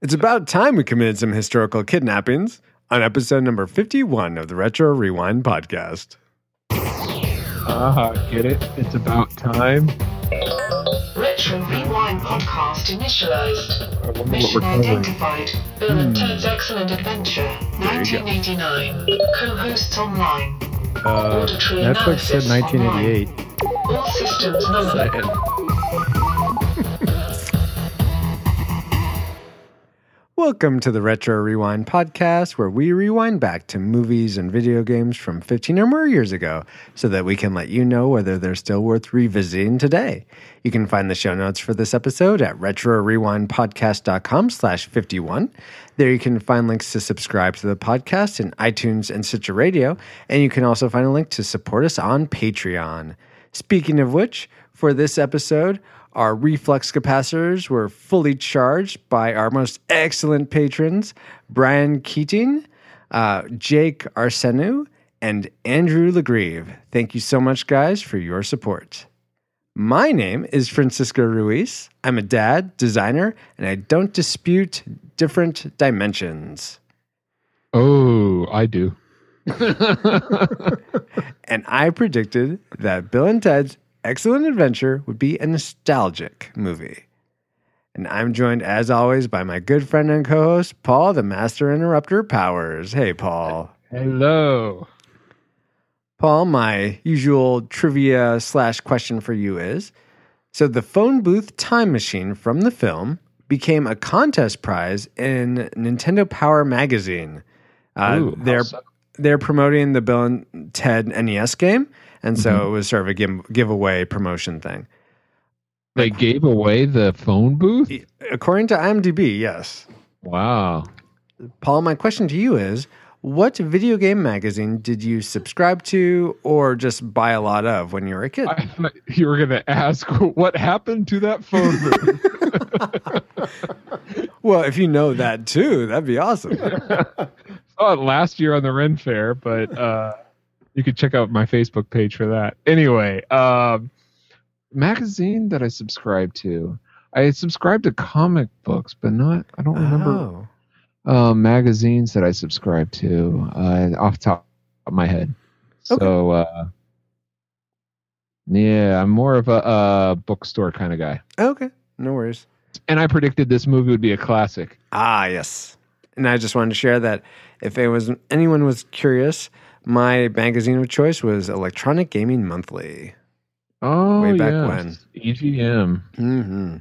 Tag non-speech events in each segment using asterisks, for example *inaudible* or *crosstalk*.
It's about time we committed some historical kidnappings on episode number 51 of the Retro Rewind podcast. Ah, get it? It's about time. Retro Rewind podcast initialized. I wonder what we're Mission covering. Hmm. identified. Bill and Ted's Excellent Adventure, 1989. Co-hosts online. Uh, Auditory Netflix said analysis 1988. online. All systems numbered. Welcome to the Retro Rewind podcast, where we rewind back to movies and video games from 15 or more years ago so that we can let you know whether they're still worth revisiting today. You can find the show notes for this episode at retrorewindpodcast.com slash 51. There you can find links to subscribe to the podcast in iTunes and Stitcher Radio, and you can also find a link to support us on Patreon. Speaking of which, for this episode, our reflex capacitors were fully charged by our most excellent patrons, Brian Keating, uh, Jake Arsenu, and Andrew LeGrieve. Thank you so much, guys, for your support. My name is Francisco Ruiz. I'm a dad, designer, and I don't dispute different dimensions. Oh, I do. And I predicted that Bill and Ted's Excellent Adventure would be a nostalgic movie. And I'm joined, as always, by my good friend and co host, Paul, the Master Interrupter Powers. Hey, Paul. Hello. Paul, my usual trivia slash question for you is so the phone booth time machine from the film became a contest prize in Nintendo Power magazine. Uh, Ooh, how they're so? they're promoting the Bill and Ted NES game, and so it was sort of a give, giveaway promotion thing. They gave away the phone booth? According to IMDb, yes. Wow. Paul, my question to you is what video game magazine did you subscribe to or just buy a lot of when you were a kid? I thought you were going to ask *laughs* what happened to that phone *laughs* booth. Well, if you know that too, that'd be *laughs* awesome. saw it last year on the Ren Fair, but uh, you could check out my Facebook page for that. Anyway, um, magazine that I subscribed to. I subscribed to comic books, but not. I don't remember Oh. uh, magazines that I subscribed to uh, off the top of my head. So, uh, yeah, I'm more of a uh, bookstore kind of guy. Okay. No worries. And I predicted this movie would be a classic. Ah, yes. And I just wanted to share that if it was anyone was curious, my magazine of choice was Electronic Gaming Monthly. Oh, Way back yes. EGM. hmm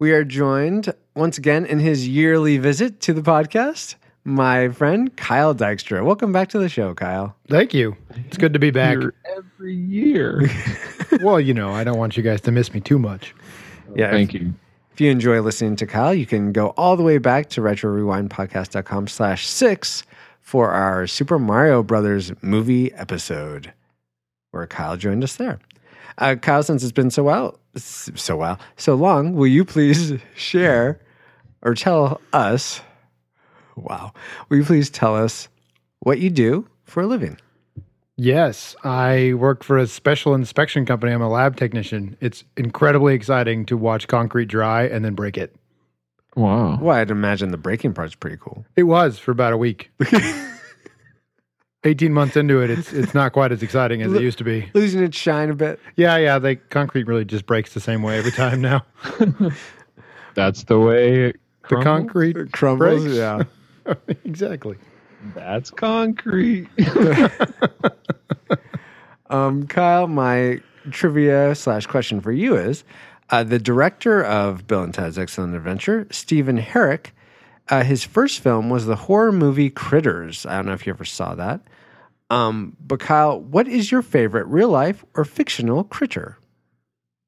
We are joined once again in his yearly visit to the podcast, my friend Kyle Dykstra. Welcome back to the show, Kyle. Thank you. It's good to be back. *laughs* Here Every year. well, you know, I don't want you guys to miss me too much. Yeah, Thank you. If you enjoy listening to Kyle, you can go all the way back to retrorewindpodcast.com slash six for our Super Mario Brothers movie episode where Kyle joined us there. Uh, Kyle, since it's been so well, s- so well, so long, will you please *laughs* share or tell us, wow, will you please tell us what you do for a living? Yes, I work for a special inspection company. I'm a lab technician. It's incredibly exciting to watch concrete dry and then break it. Wow. Well, I'd imagine the breaking part's pretty cool. It was for about a *laughs* week. 18 months into it, it's it's not quite as exciting as it used to be. Losing its shine a bit. Yeah, yeah, the concrete really just breaks the same way every time now. That's the way it *laughs* The crumbles? concrete Crumbles, breaks. yeah. *laughs* exactly. That's concrete. *laughs* Um, Kyle, my trivia slash question for you is uh, the director of Bill and Ted's Excellent Adventure, Stephen Herrick, uh, his first film was the horror movie Critters. I don't know if you ever saw that. Um, but Kyle, what is your favorite real life or fictional critter?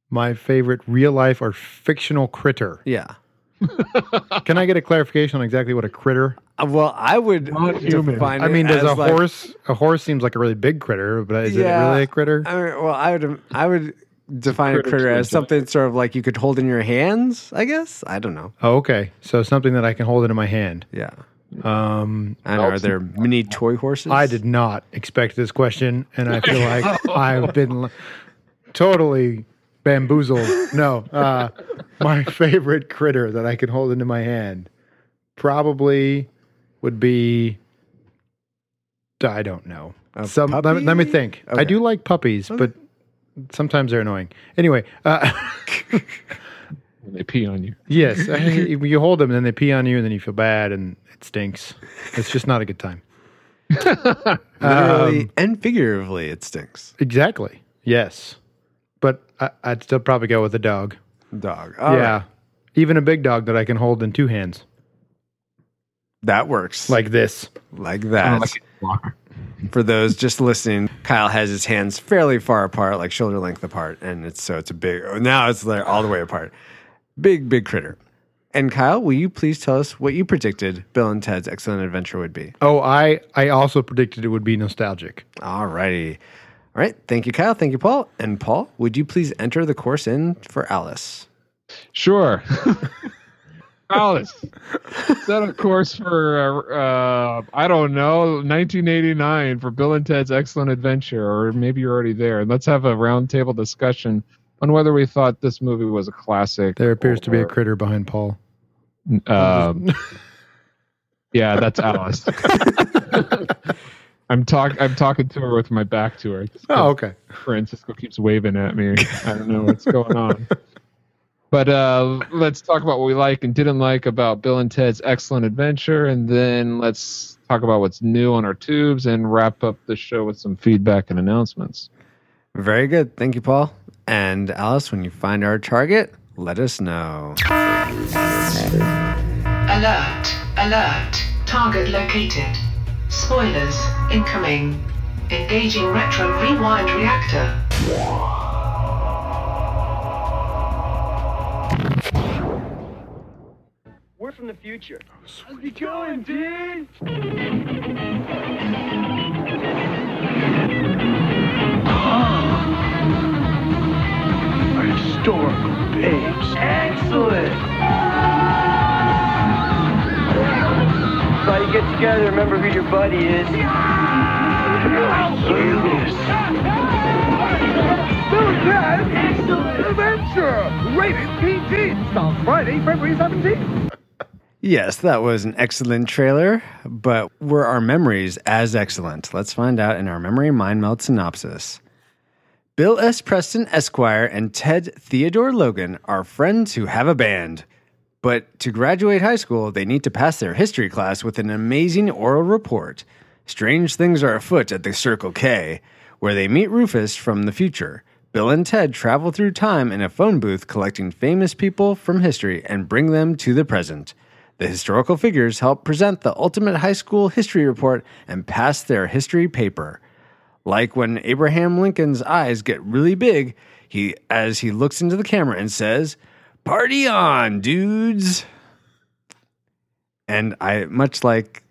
My favorite real life or fictional *laughs* critter. Yeah. Can I get a clarification on exactly what a critter Uh, Well, I would Not human. define I mean, it does as a like- horse? A horse seems like a really big critter, but is Yeah. Uh, it really a critter? I mean, well, I would I would define a Critters critter as is like- something sort of like you could hold in your hands. I guess I don't know. Oh, okay, so something that I can hold in my hand. Yeah, Um, I don't know. Are Elves. there mini toy horses? I did not expect this question, and I *laughs* feel like *laughs* I've been l- totally *laughs* bamboozled. No, uh, my favorite critter that I can hold into my hand probably would be. I don't know. A Some let, me- let me puppy? think. I Okay. do like puppies, Okay. but sometimes they're annoying. Anyway, uh, *laughs* when they pee on you. yes, I- you hold them and then they pee on you and then you feel bad and it stinks. It's just not a good time. Literally Um, and figuratively, it stinks. Exactly. Yes, but I, I'd still probably go with a dog. Dog. Oh, All yeah, right. even a big dog that I can hold in two hands That works. like this. like I that. don't like it. Walker. For those just listening, Kyle has his hands fairly far apart, like shoulder length apart, and it's so it's a big. oh, Now it's like all the way apart. Big, big critter. And Kyle, will you please tell us what you predicted Bill and Ted's Excellent Adventure would be? Oh, I I also predicted it would be nostalgic. All righty. All right. Thank you, Kyle. Thank you, Paul. And Paul, would you please enter the course in for Alice? Sure. *laughs* Alice, set a course for, uh, uh, I don't know, 1989 for Bill and Ted's Excellent Adventure, or maybe you're already there. And let's have a roundtable discussion on whether we thought this movie was a classic. There appears to be a or- critter behind Paul. Um, yeah, that's Alice. I'm talk. I'm talking to her with my back to her. Oh, okay. Francisco keeps waving at me. I don't know what's going on. But uh, let's talk about what we like and didn't like about Bill and Ted's Excellent Adventure, and then let's talk about what's new on our tubes and wrap up the show with some feedback and announcements. Very good. Thank you, Paul. And Alice, when you find our target, let us know. Alert, alert, target located. Spoilers, incoming. Engaging retro rewind reactor. We're from the future. How's it going, dude? Our historical babes. Excellent. Everybody get together. Remember who your buddy is. Serious. Excellent. Adventure. Rated PG. Starts Friday, February 17th. Yes, that was an excellent trailer, but were our memories as excellent? Let's find out in our memory mind meld synopsis. Bill S. Preston Esquire and Ted Theodore Logan are friends who have a band. But to graduate high school, they need to pass their history class with an amazing oral report. Strange things are afoot at the Circle K, where they meet Rufus from the future. Bill and Ted travel through time in a phone booth collecting famous people from history and bring them to the present. The historical figures help present the ultimate high school history report and pass their history paper like when Abraham Lincoln's eyes get really big, he as he looks into the camera and says, "Party on, dudes." And I much like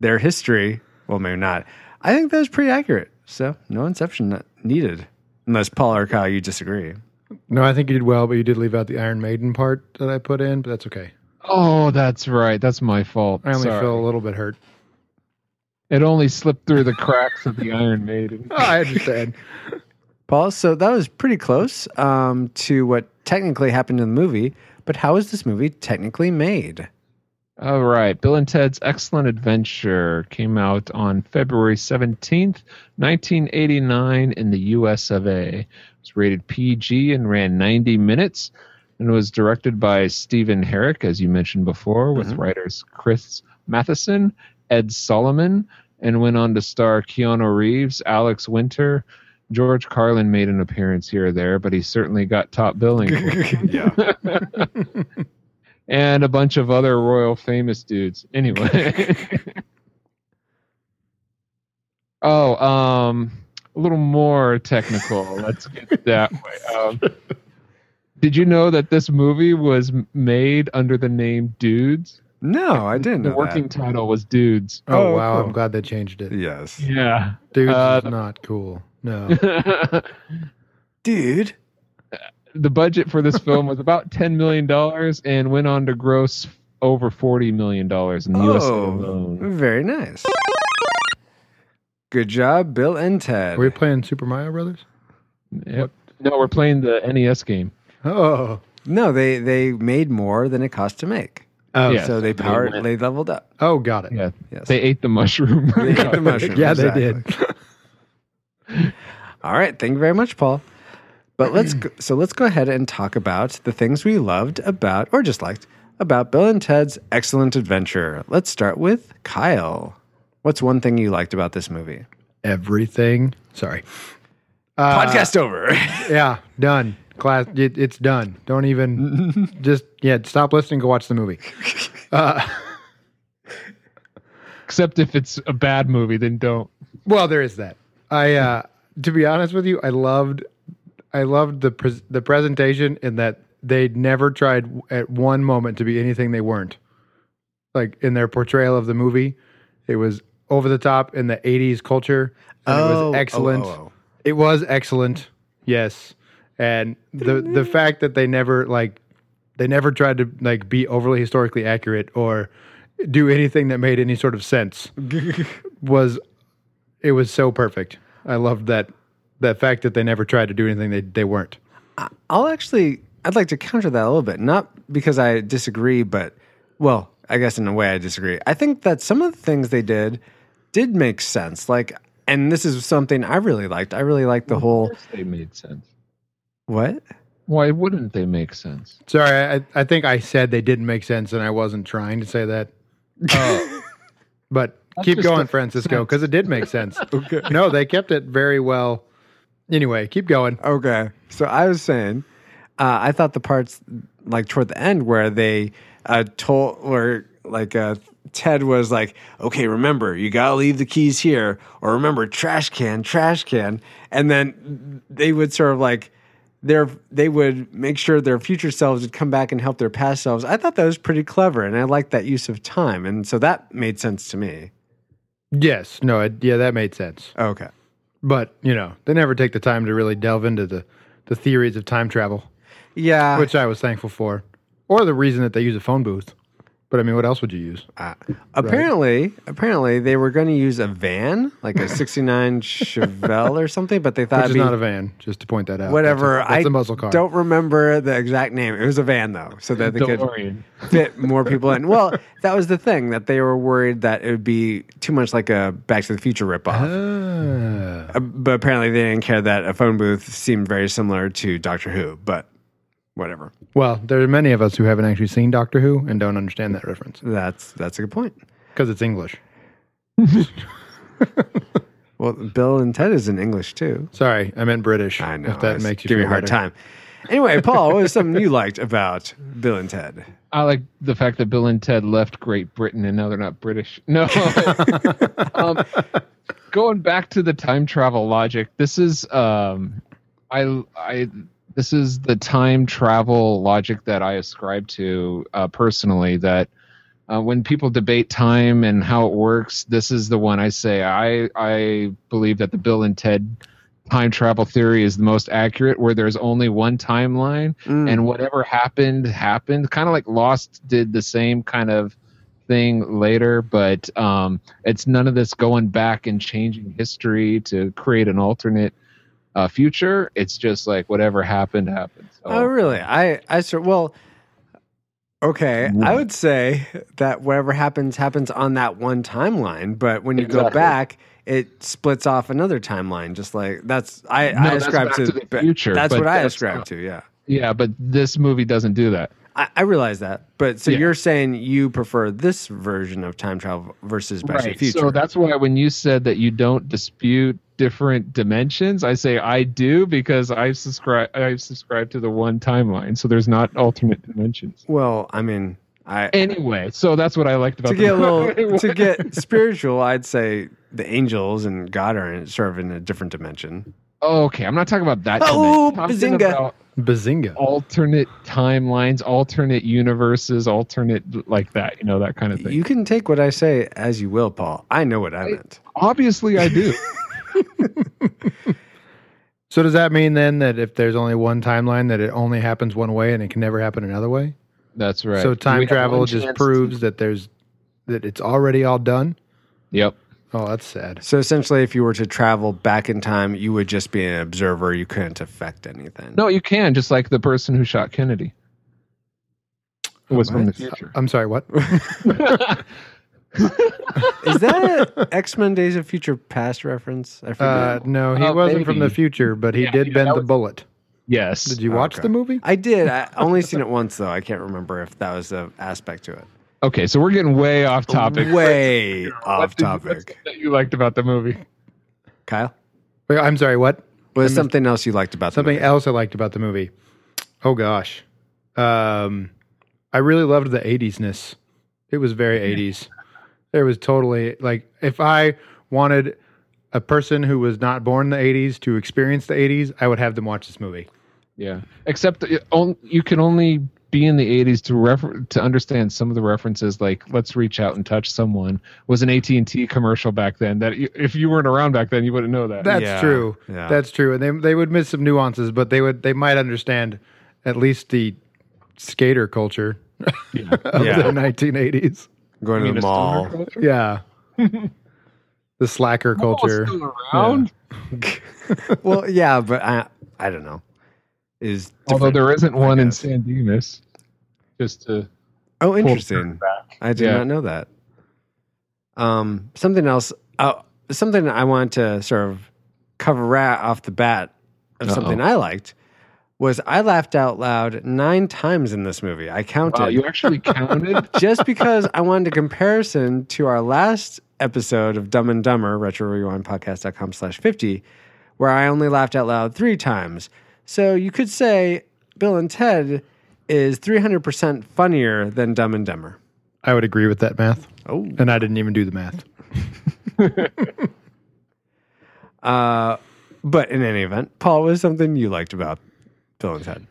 their history, well maybe not. I think that was pretty accurate. So, no inception needed. Unless Paul or Kyle you disagree. No, I think you did well, but you did leave out the Iron Maiden part that I put in, but that's okay. Oh, that's right. That's my fault. I only Sorry. feel a little bit hurt. It only slipped through the cracks of the Iron Maiden. I understand. Paul, so that was pretty close um, to what technically happened in the movie, but how was this movie technically made? All right. Bill and Ted's Excellent Adventure came out on February 17th, 1989, in the US of A. It was rated PG and ran 90 minutes and was directed by Stephen Herrick, as you mentioned before, with Mhm. writers Chris Matheson, Ed Solomon, and went on to star Keanu Reeves, Alex Winter. George Carlin made an appearance here or there, but he certainly got top billing. for it yeah. and a bunch of other royal famous dudes. *laughs* Anyway. oh, um, a little more technical. Let's get that way. Um, did you know that this movie was m- made under the name Dudes? No, I didn't know The that. working title was Dudes. *laughs* Oh, Oh, wow, cool. I'm glad they changed it. Yes. *laughs* Yeah. Dude, Uh, is not cool. No. *laughs* Dude. the budget for this film was about ten million dollars and went on to gross over forty million dollars in the U.S. Oh. alone. very nice. Good job, Bill and Ted. Were you playing Super Mario Brothers? Yep. No, we're playing the NES E game. Oh, no, they they made more than it cost to make. Oh, Yeah. so they they powered, went- they leveled up. oh, got it. Yeah. Yes. They ate the mushroom. They ate *laughs* the mushroom. Yeah, exactly. they did. *laughs* All right, thank you very much, Paul. *clears throat* But let's go, so let's go ahead and talk about the things we loved about or just liked about Bill and Ted's Excellent Adventure. Let's start with Kyle. What's one thing you liked about this movie? Everything. Sorry. Uh, Podcast over. Yeah, done. Class, it, it's done. Don't even *laughs* just yeah. Stop listening. Go watch the movie. *laughs* Except if it's a bad movie, then don't. Well, there is that. I uh, to be honest with you, I loved, I loved the pres the presentation in that they never tried w- at one moment to be anything they weren't. Like in their portrayal of the movie, it was over the top in the '80s culture, and Oh, it was excellent. It was excellent. Yes. And the the fact that they never like they never tried to like be overly historically accurate or do anything that made any sort of *laughs* sense was it was so perfect. I loved that that fact that they never tried to do anything they, they weren't. I'll actually I'd like to counter that a little bit. Not because I disagree, but well, I guess in a way I disagree. I think that some of the things they did did make sense. Like and this is something I really liked. I really liked the whole They made sense. what? Why wouldn't they make sense? Sorry, I, I think I said they didn't make sense and I wasn't trying to say that. *laughs* Oh. But That's keep just going, a- Francisco, because it did make sense. *laughs* okay. No, they kept it very well. Anyway, keep going. Okay. So I was saying, uh, I thought the parts like toward the end where they uh, told, or like uh, Ted was like, okay, remember, you got to leave the keys here, or remember, trash can, trash can. And then they would sort of like, their, they would make sure their future selves would come back and help their past selves. I thought that was pretty clever, and I liked that use of time. And so that made sense to me. Yes. No. It, yeah, that made sense. Okay. But you know, they never take the time to really delve into the the theories of time travel, Yeah. which I was thankful for, or the reason that they use a phone booth. But I mean, what else would you use? Uh, apparently, apparently they were going to use a van, like *laughs* a '69 Chevelle or something, but they thought Which it'd is be not a van, just to point that out. whatever. That's a, that's I a muscle car. don't remember the exact name. It was a van though, so that they could DeLorean. fit more people in. *laughs* Well, that was the thing that they were worried that it would be too much like a Back to the Future ripoff. Ah. Uh, but apparently, they didn't care that a phone booth seemed very similar to Doctor Who. But whatever. well, there are many of us who haven't actually seen Doctor Who and don't understand that reference That's that's a good point. because it's English. Well, Bill and Ted is in English too. Sorry, I meant British. I know. If that it's makes you giving feel me a hard better. time. Anyway, Paul, what was something you liked about Bill and Ted? I like the fact that Bill and Ted left Great Britain and now they're not British. *laughs* No. um, going back to the time travel logic, this is um, I I this is the time travel logic that I ascribe to uh, personally. That uh, when people debate time and how it works, this is the one I say. I I believe that the Bill and Ted time travel theory is the most accurate, where there's only one timeline Hmm. and whatever happened happened kind of like lost did the same kind of thing later but um it's none of this going back and changing history to create an alternate uh future it's just like whatever happened happened so, oh, really? I I sur- well, okay. I would say that whatever happens happens on that one timeline, but when you go Exactly. back, it splits off another timeline. Just like that's I I that's ascribe Back to, to the but Future, That's but what I that's ascribe not- to. Yeah, yeah but this movie doesn't do that I, I realize that. But so Yeah. you're saying you prefer this version of time travel versus Back to the Future? So that's why when you said that you don't dispute different dimensions, I say I do because I subscribe I subscribe to the one timeline. So there's not alternate dimensions. well, I mean, I Anyway, so that's what I liked about to the get a *laughs* little What? to get spiritual, I'd say the angels and God are in, sort of in a different dimension. Oh, okay, I'm not talking about that. Oh, dimension. I'm bazinga. talking about Bazinga. alternate timelines, alternate universes, alternate like that. You know that kind of thing. You can take what I say as you will, Paul. I know what I meant. Obviously, *laughs* I do. So does that mean then that if there's only one timeline, that it only happens one way and it can never happen another way? that's right. So We time have travel one just chance- proves that there's that it's already all done. Yep. Oh, that's sad. So essentially, if you were to travel back in time, you would just be an observer. You couldn't affect anything. No, you can just like the person who shot Kennedy. Oh, was from the What? future. I'm *laughs* sorry, what? Is that an X Men Days of Future Past reference? I forget. Uh, no, he Oh, wasn't from the maybe. future, but he Yeah, did yeah, bend that the was- bullet. yes. Did you Oh, watch okay. the movie? I did. I only seen it once though. I can't remember if that was an aspect to it. Okay, so we're getting way off topic. Way off What did you- what's topic. something that you liked about the movie? Kyle, Wait, I'm sorry, what? was something else you liked about Something The else I liked about the movie. Oh gosh, um, I really loved the '80s-ness. It was very '80s. There was totally like if I wanted a person who was not born in the '80s to experience the '80s, I would have them watch this movie. Yeah, except that it on- you can only be in the 80s to refer to understand some of the references like let's reach out and touch someone was an AT&T commercial back then that you, if you weren't around back then you wouldn't know that. That's Yeah, true. yeah. That's true. And they they would miss some nuances, but they would they might understand at least the skater culture *laughs* of Yeah. the 1980s. going to the mall. *laughs* Yeah. the slacker culture. Still around? well, yeah, but I, I don't know. Is Although different. there isn't one in guess. San Dimas. Just to oh interesting. back. I did Yeah. not know that. Um, something else. Uh, something I want to sort of cover right off the bat of Uh-oh. something I liked was I laughed out loud nine times in this movie. I counted Wow, uh, you actually counted? just because I wanted a comparison to our last episode of Dumb and Dumber, retro rewind podcast.com slash 50, where I only laughed out loud three times. So you could say Bill and Ted is 300% funnier than Dumb and Dumber. I would agree with that math. Oh. And I didn't even do the math. Uh, but in any event, Paul, what was something you liked about Bill and Ted?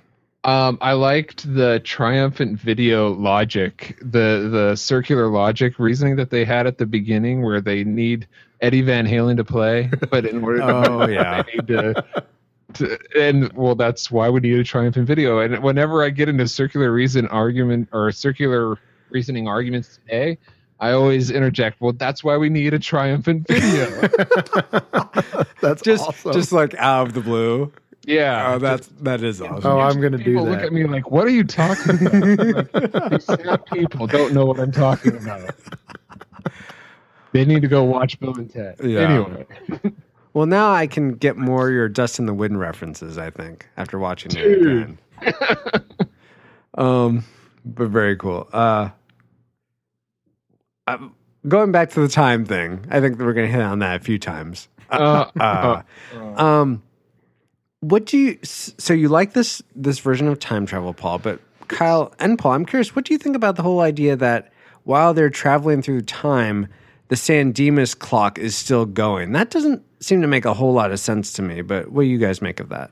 Um, I liked the triumphant video logic, the the circular logic reasoning that they had at the beginning, where they need Eddie Van Halen to play, but in order, Oh, yeah. they need to, to, and well, that's why we need a triumphant video. And whenever I get into circular reason argument or circular reasoning arguments today, I always interject, well, that's why we need a triumphant *laughs* video. *laughs* That's Just, awesome. just like out of the blue. yeah, Oh, that's that is awesome. oh, I'm going to do people that. look at me like, "What are you talking about?" Like, these sad people don't know what I'm talking *laughs* about. They need to go watch Bill and Ted. Yeah. Anyway, Well, now I can get more your Dust in the Wind references, I think, after watching it again. Dude. um, but very cool. Uh, I'm- going back to the time thing, I think that we're going to hit on that a few times. uh, Uh, um, what do you? s- So you like this this version of time travel, Paul? But Kyle and Paul, I'm curious. What do you think about the whole idea that while they're traveling through time, the San Dimas clock is still going? That doesn't seem to make a whole lot of sense to me. But what do you guys make of that?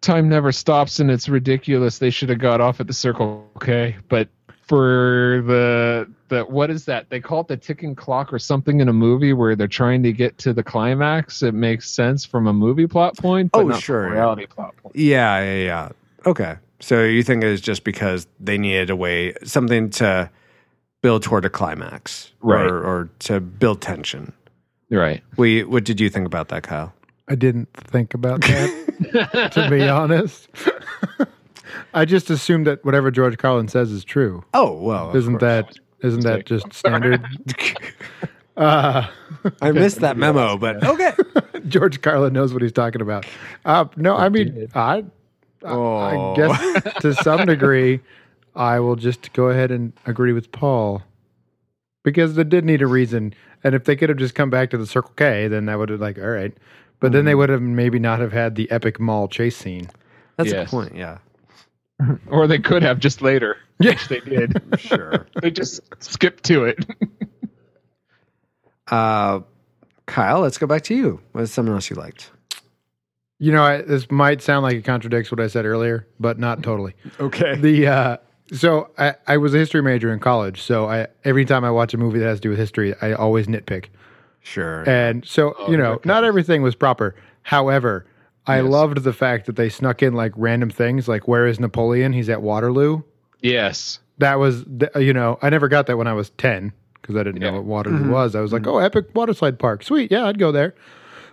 time never stops, and it's ridiculous. They should have got off at the Circle K, but for the the what is that? They call it the ticking clock or something in a movie where they're trying to get to the climax. It makes sense from a movie plot point, but Oh, not from sure, a yeah. reality plot point. Yeah, yeah, yeah. Okay. So you think it's just because they needed a way, something to build toward a climax, Right. Or, or to build tension. Right. What, you- what did you think about that, Kyle? I didn't think about that, to be honest. *laughs* I just assumed that whatever George Carlin says is true. Oh well, of Isn't course. that isn't that just standard? I missed that memo, but okay. George Carlin knows what he's talking about. Uh, no, I mean, I, I Oh, *laughs* guess to some degree, I will just go ahead and agree with Paul because they did need a reason. And if they could have just come back to the Circle K, then that would have like, all right. But then they would have maybe not have had the epic mall chase scene. that's Yes. a point. Yeah, Or they could have just later. Yeah. Which *laughs* they did. sure. they just skipped to it. Uh, Kyle, let's go back to you. What's something else you liked? You know, I, this might sound like it contradicts what I said earlier, but not totally. Okay. the uh, so I, I was a history major in college, so I every time I watch a movie that has to do with history, I always nitpick. Sure. And so, Oh, you know, not everything was proper. However, I loved the fact that they snuck in like random things like where is Napoleon? He's at Waterloo. Yes. That was th- you know, I never got that when I was 10 because I didn't know Yeah. what Waterloo was. I was Mm-hmm. like, "Oh, epic waterslide park. Sweet. Yeah, I'd go there." *laughs*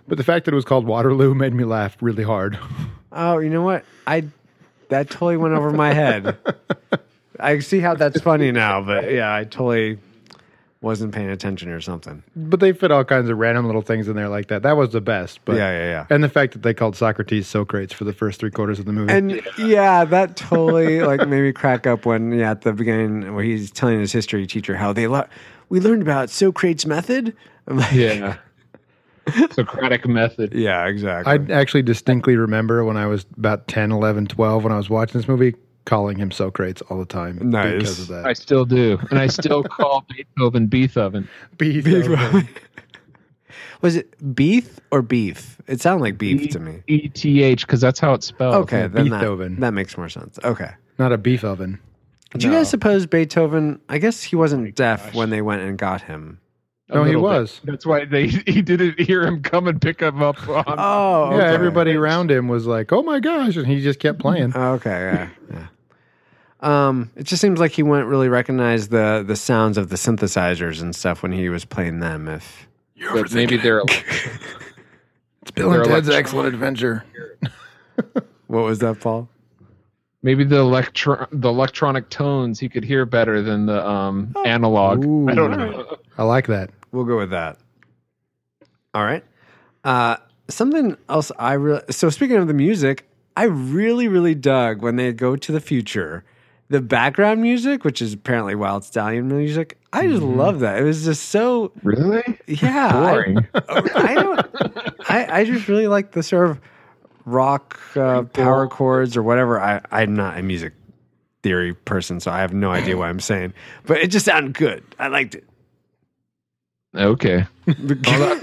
But the fact that it was called Waterloo made me laugh really hard. oh, you know what? I that totally went over my head. I see how that's funny now, but yeah, I totally wasn't paying attention or something. *laughs* But they fit all kinds of random little things in there like that. That was the best. But yeah, yeah, yeah. And the fact that they called Socrates Socrates for the first three quarters of the movie. And yeah, that totally like made me crack up when yeah at the beginning where he's telling his history teacher how they lo- we learned about Socrates' method. I'm like, Yeah. Socratic method. yeah, exactly. I actually distinctly remember when I was about 10, 11, 12, when I was watching this movie, calling him Socrates all the time Nice. because of that. I still do. And I *laughs* still call Beethoven Beethoven. Beethoven. Was it beef or beef? It sounded like beef to me. E T H, because that's how it's spelled. Okay, then that, Beethoven. that makes more sense. Okay. Not a beef oven. Do you guys suppose Beethoven? I guess he wasn't deaf when they went and got him. A No, he little bit. was. That's why they *laughs* he didn't hear him come and pick him up on *laughs* Oh, Yeah, okay. everybody around him was like, "Oh my gosh," and he just kept playing. Oh, okay, yeah, yeah. Um, it just seems like he wouldn't really recognize the the sounds of the synthesizers and stuff when he was playing them. *laughs* If but maybe they're It's Bill They're like- Excellent Adventure. what was that, Paul? *laughs* maybe the electro the electronic tones he could hear better than the um analog. Ooh. I don't know. I like that. We'll go with that. All right. Uh, something else I really so speaking of the music, I really really dug when they go to the future. The background music, which is apparently Wild Stallion music, I just love that. It was just so Really? yeah. I- Boring. *laughs* I don't. I, I just really like the sort of rock uh, power chords or whatever. I I'm not a music theory person, so I have no idea what I'm saying. But it just sounded good. I liked it. okay. I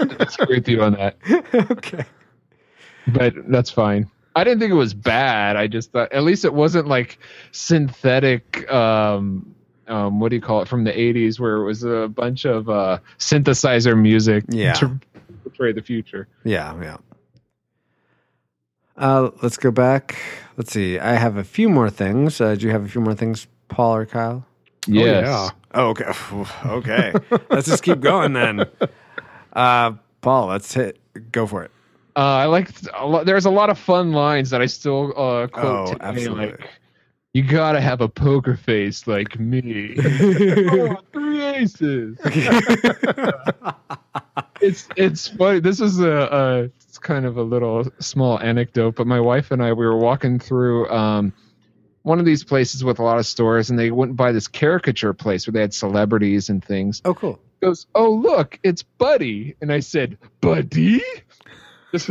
*laughs* disagree with you on that. *laughs* okay. but that's fine. I didn't think it was bad. I just thought at least it wasn't like synthetic. Um, um, what do you call it from the '80s, where it was a bunch of uh, synthesizer music Yeah. to portray the future. Yeah. Yeah. Uh, let's go back. Let's see. I have a few more things. Uh, do you have a few more things, Paul or Kyle? Yes. Oh, okay. *laughs* okay. let's just keep going then. Uh, Paul, let's hit. Go for it. Uh, I like a lot. There's a lot of fun lines that I still uh, quote. Oh, today, absolutely. Like, you gotta have a poker face *laughs* like me. oh, three aces. it's it's funny. This is a, a it's kind of a little small anecdote, but my wife and I we were walking through um, one of these places with a lot of stores, and they went by this caricature place where they had celebrities and things Oh, cool. goes, "Oh look, it's Buddy," and I said, "Buddy," *laughs* because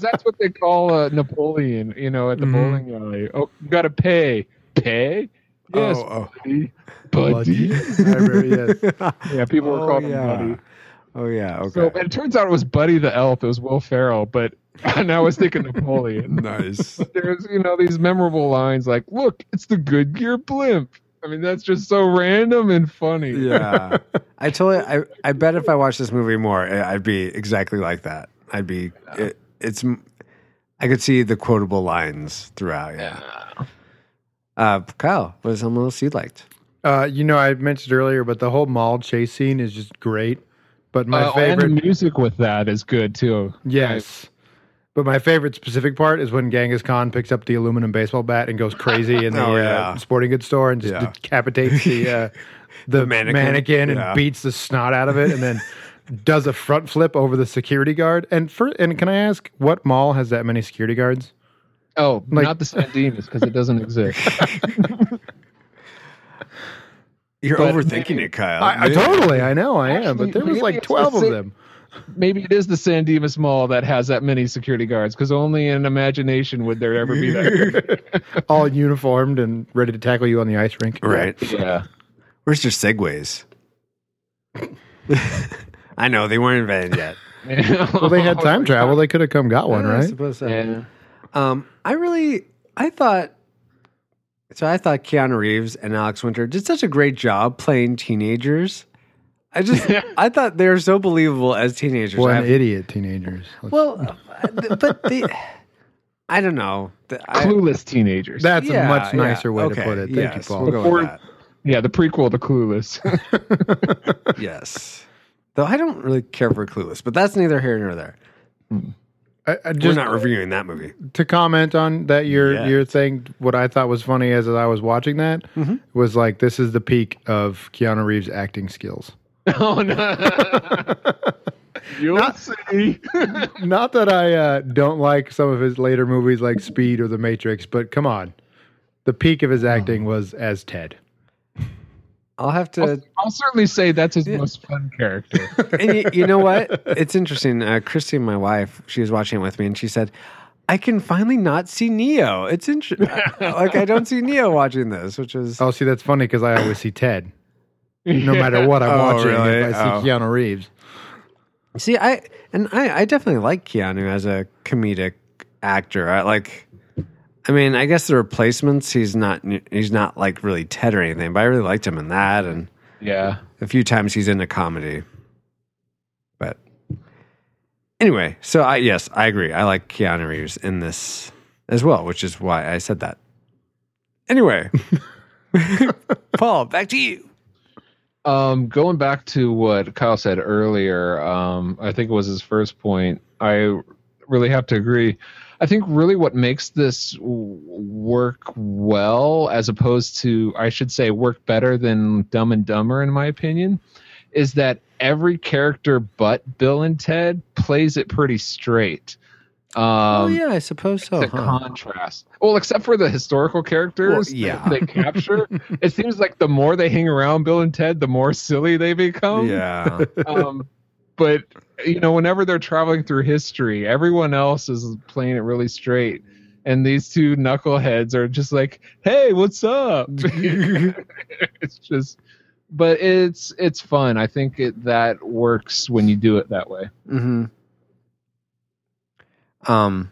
that's what they call uh, Napoleon, you know, at the Mhm. bowling alley. Oh, you gotta pay, pay. Yes, *laughs* Oh, buddy, buddy. I remember, yes. *laughs* Yeah, people were Oh, calling yeah. him Buddy. Oh yeah. Okay. So *laughs* and it turns out it was Buddy the Elf. It was Will Ferrell, but *laughs* now I was thinking Napoleon. *laughs* nice. There's, you know, these memorable lines like, "Look, it's the Goodyear blimp." I mean, that's just so random and funny. Yeah. I totally. I I bet if I watched this movie more, I- I'd be exactly like that. I'd be. It, it's. m- I could see the quotable lines throughout. Yeah. Uh, Kyle, what was someone else you liked? Uh, you know, I mentioned earlier, but the whole mall chase scene is just great. But my Uh, favorite, and the music with that is good too. yes. But my favorite specific part is when Genghis Khan picks up the aluminum baseball bat and *laughs* goes crazy in the Oh, yeah. uh, sporting goods store and just Yeah. decapitates *laughs* the uh, the, mannequin. mannequin, and Yeah. beats the snot out of it, and then does a front flip over the security guard. And for and can I ask what mall has that many security guards? Oh, Like- not the San Dimas because it doesn't exist. *laughs* You're But overthinking maybe- it, Kyle. I, I Maybe- totally, I know, I am, but Actually, there was maybe like it's twelve the of same- them. Maybe it is the San Dimas Mall that has that many security guards because only in imagination would there ever be that. *laughs* all uniformed and ready to tackle you on the ice rink. Right. *laughs* yeah. Where's your *laughs* segways? *laughs* I know they weren't invented yet. Well, they *laughs* had time travel. They could have come got one, Yeah, I right? suppose so. Yeah. Um, I really, I thought, so I thought Keanu Reeves and Alex Winter did such a great job playing teenagers. I just, I thought they were so believable as teenagers. One I have- idiot teenagers. Let's- well, uh, but they, I don't know. The- I- Clueless teenagers. That's yeah, a much yeah. nicer way Okay, to put it. Thank yes, you, Paul. We'll go with Or- that. yeah, the prequel to *laughs* Clueless. yes. Though I don't really care for Clueless, but that's neither here nor there. I, I We're just not reviewing that movie. to comment on that your Yeah. your thing. What I thought was funny as I was watching that Mhm. was like this is the peak of Keanu Reeves' acting skills. Oh no! *laughs* You'll Not- *laughs* see. Not that I uh, don't like some of his later movies like Speed or The Matrix, but come on, the peak of Oh. his acting was as Ted. I'll have to I'll, I'll certainly say that's his Yeah. most fun character. and you, you know what? It's interesting. Uh, Christy, my wife, she was watching it with me, and she said, "I can finally not see Neo. It's interesting. like I don't see Neo watching this, which is Oh, see, that's funny because I always see Ted, *laughs* no matter what I'm Oh, watching. really? If I see Keanu Reeves, see I and I, I definitely like Keanu as a comedic actor. I like. I mean, I guess the replacements. He's not. He's not like really Ted or anything, but I really liked him in that, and Yeah. a few times he's into comedy. But anyway, so I yes, I agree. I like Keanu Reeves in this as well, which is why I said that. *laughs* Anyway, Paul, back to you. Um, going back to what Kyle said earlier, um, I think it was his first point. I really have to agree. I think really what makes this w- work well, as opposed to, I should say, work better than Dumb and Dumber, in my opinion, is that every character but Bill and Ted plays it pretty straight. Um, oh yeah, I suppose so. the Huh? contrast. Well, except for the historical characters Well, yeah. *laughs* that they capture, it seems like the more they hang around Bill and Ted, the more silly they become. yeah, *laughs* Um, but you know, whenever they're traveling through history, everyone else is playing it really straight, and these two knuckleheads are just like, "Hey, what's up?" *laughs* it's just, but it's it's fun. I think it that works when you do it that way. hmm Um,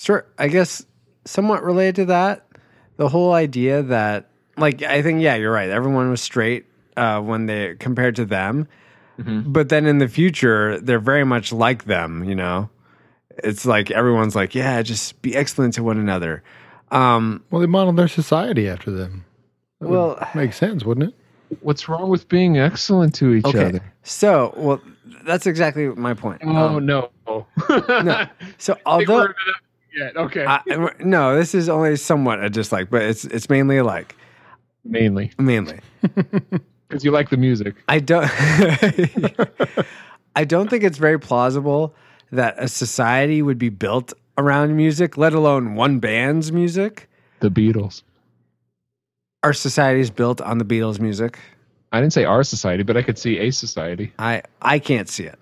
sure. I guess somewhat related to that, the whole idea that, like, I think, yeah, you're right. Everyone was straight uh, when they compared to them, Mhm. but then in the future, they're very much like them. You know, it's like everyone's like, yeah, just be excellent to one another. Um, well, they modeled their society after them. That would Well- make sense, wouldn't it? What's wrong with being excellent to each okay, other? so well, that's exactly my point. Oh Um, *laughs* no. no. so although. yet. Okay. I, no, this is only somewhat a dislike, but it's it's mainly a like. Mainly Mainly, because you like the music. I don't. *laughs* I don't think it's very plausible that a society would be built around music, let alone one band's music. The Beatles. Our society is built on the Beatles' music. I didn't say our society, but I could see a society. I I can't see it.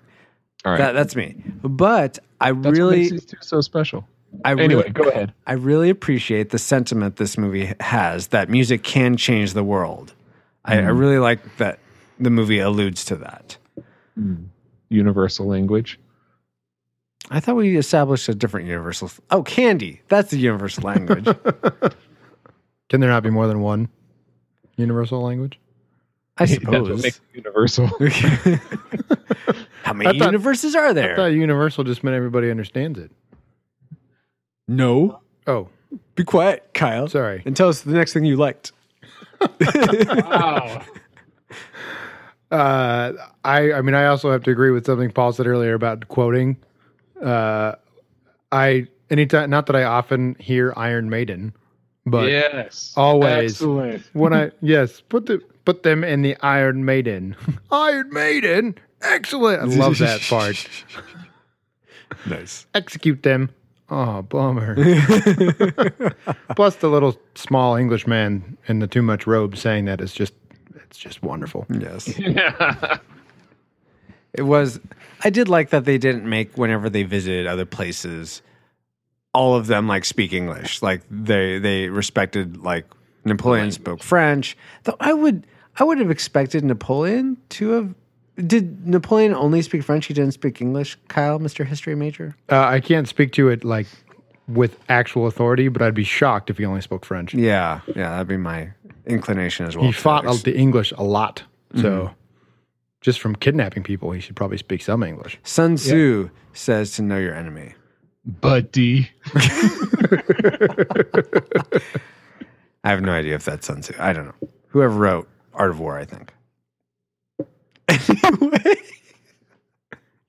All right. That, that's me. But I That's what makes really, these two so special. I Anyway, really, go ahead. I really appreciate the sentiment this movie has that music can change the world. I, Mm. I really like that the movie alludes to that. Universal language. I thought we established a different universal. Oh, candy. That's the universal *laughs* language. Can there not be more than one universal language? I That's what suppose. makes it universal. *laughs* How many I thought- universes are I there? thought universal just meant everybody understands it. no. Oh, Be quiet, Kyle. sorry. And tell us the next thing you liked. wow. Uh, I I mean I also have to agree with something Paul said earlier about quoting. Uh, I anytime not that I often hear Iron Maiden, but yes. Always. Excellent. when I *laughs* yes put the put them in the Iron Maiden, *laughs* Iron Maiden, excellent. I *laughs* love that part. Nice. Execute them. Oh bummer. *laughs* Plus the little small English man in the too much robe saying that is just it's just wonderful. *laughs* Yes. Yeah. It was. I did like that they didn't make whenever they visited other places, all of them like speak English. Like they they respected like Napoleon spoke French. Though I would I would have expected Napoleon to have. Did Napoleon only speak French? He didn't speak English. Kyle, Mister History major. Uh, I can't speak to it like with actual authority, but I'd be shocked if he only spoke French. Yeah, yeah, that'd be my inclination as well. he fought Felix. the English a lot, so just from kidnapping people, he should probably speak some English. Sun Tzu says to know your enemy. Buddy. I have no idea if that's Sun Tzu. I don't know. Whoever wrote Art of War, I think. *laughs* Anyway.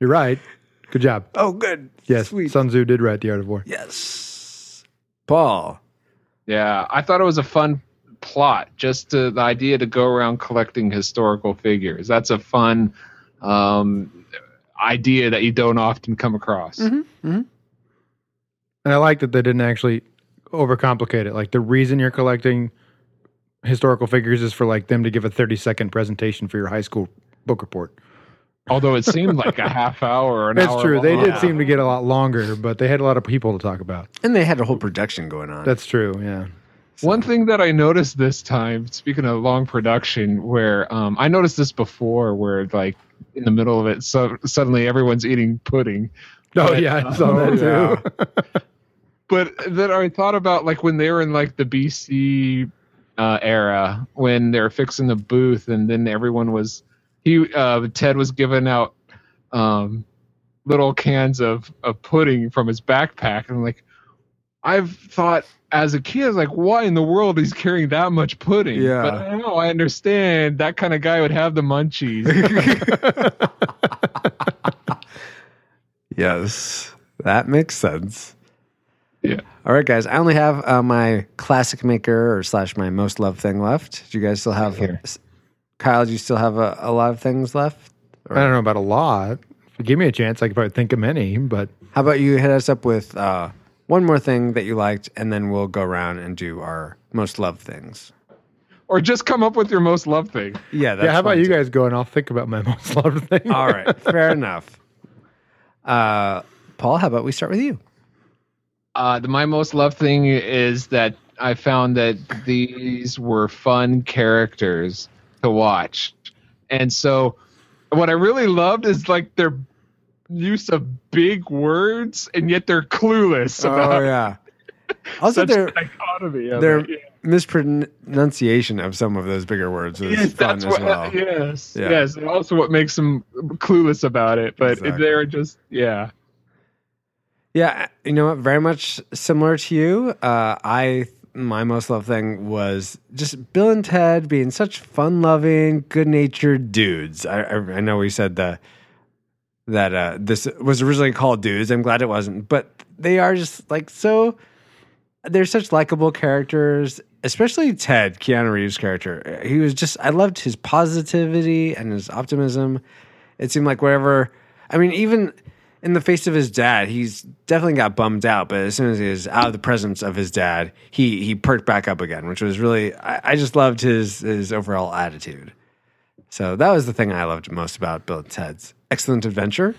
You're right. Good job. Oh, good. Yes, Sweet. Sun Tzu did write The Art of War. yes. Paul. Yeah, I thought it was a fun plot. Just to, the idea to go around collecting historical figures. That's a fun um, idea that you don't often come across. And I like that they didn't actually overcomplicate it. Like the reason you're collecting historical figures is for like them to give a 30 second presentation for your high school book report. Although it seemed like a half hour or an hour. That's true. They long. did seem to get a lot longer, but they had a lot of people to talk about. And they had a whole production going on. That's true. Yeah. One thing that I noticed this time, speaking of long production, where um, I noticed this before, where like in the middle of it, so, suddenly everyone's eating pudding. Oh But, yeah, I saw oh, that too. *laughs* But then I thought about like when they were in like the BC uh, era, when they were fixing the booth, and then everyone was he uh, Ted was giving out um, little cans of, of pudding from his backpack, and like I've thought as a kid, I was like, why in the world is carrying that much pudding? Yeah. But I don't know, I understand that kind of guy would have the munchies. *laughs* Yes, that makes sense. Yeah. All right, guys. I only have uh, my classic maker or slash my most loved thing left. Do you guys still have? Here. Kyle, do you still have a, a lot of things left? I don't know about a lot. If you give me a chance, I could probably think of many, but How about you hit us up with uh, one more thing that you liked, and then we'll go around and do our most loved things. or just come up with your most loved thing. Yeah. That's yeah, how about fine, you too. guys go and I'll think about my most *laughs* loved thing. All right. Fair enough. Uh, Paul, how about we start with you? Uh, the, my most loved thing is that I found that these were fun characters to watch, and so what I really loved is like their use of big words, and yet they're clueless Oh, about Oh, *laughs* yeah. Also, such they're dichotomy. Of their it. Yeah. mispronunciation of some of those bigger words is Yes, fun that's as what. well. Yes, Yeah. yes, and also what makes them clueless about it. But Exactly. they're just yeah. Yeah, you know what? Very much similar to you. Uh, I my most loved thing was just Bill and Ted being such fun-loving, good-natured dudes. I, I, I know we said the that uh, this was originally called dudes. I'm glad it wasn't, but they are just like so. They're such likable characters, especially Ted, Keanu Reeves' character. He was just I loved his positivity and his optimism. It seemed like wherever, I mean, even in the face of his dad, he's definitely got bummed out. But as soon as he was out of the presence of his dad, he he perked back up again, which was really I, I just loved his his overall attitude. So that was the thing I loved most about Bill and Ted's Excellent Adventure.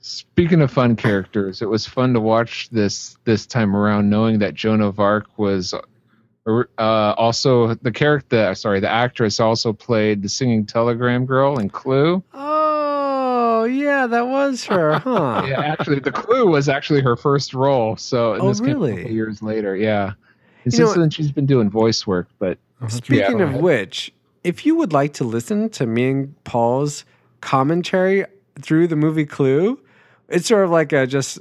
Speaking of fun characters, it was fun to watch this this time around, knowing that Joan of Arc was uh, also the character. uh, Sorry, the actress also played the singing telegram girl in Clue. Oh yeah, that was *laughs* her, huh? Yeah, *laughs* actually, the Clue was actually her first role. So and Oh, this came a really? couple years later, yeah. And You know since then, she's been doing voice work, but Speaking Yeah. of which, if you would like to listen to me and Paul's commentary through the movie Clue, it's sort of like a just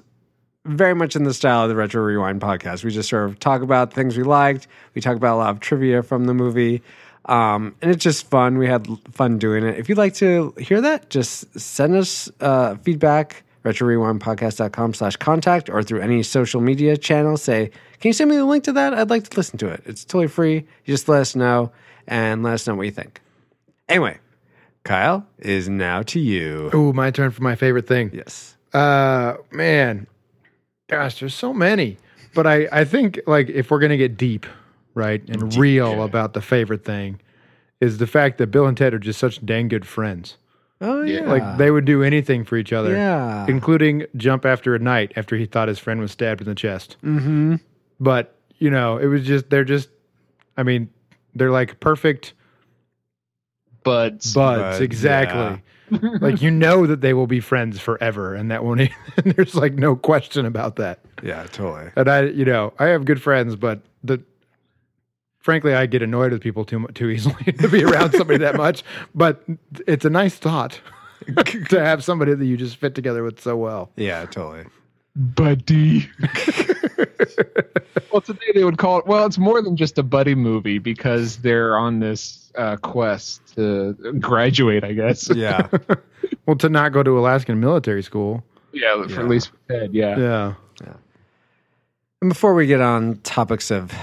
very much in the style of the Retro Rewind podcast. We just sort of talk about things we liked. We talk about a lot of trivia from the movie. Um, and it's just fun. We had l- fun doing it. If you'd like to hear that, just send us uh, feedback, retrorewindpodcast.com slash contact or through any social media channel. Say, can you send me the link to that? I'd like to listen to it. It's totally free. You just let us know and let us know what you think. Anyway, Kyle is now to you. Ooh, my turn for my favorite thing. Yes. Uh, man, gosh, there's so many. But I, I think like if we're gonna get deep, right, and real about the favorite thing, is the fact that Bill and Ted are just such dang good friends. Oh, yeah. Yeah. Like they would do anything for each other, yeah. including jump after a knight after he thought his friend was stabbed in the chest. Mm-hmm. But you know, it was just they're just, I mean, they're like perfect but buds, Buds, exactly. like you know that they will be friends forever, and that won't. *laughs* And there's like no question about that. Yeah, totally. And I, you know, I have good friends, but the frankly, I get annoyed with people too mu- too easily *laughs* to be around somebody that much. But it's a nice thought *laughs* to have somebody that you just fit together with so well. Yeah, *laughs* totally. *laughs* buddy. well, today they would call it. Well, it's more than just a buddy movie because they're on this uh, quest to graduate, I guess. Yeah. Well, to not go to Alaskan military school, *laughs* Yeah, for at least for Ted. Yeah. Yeah. And before we get on topics of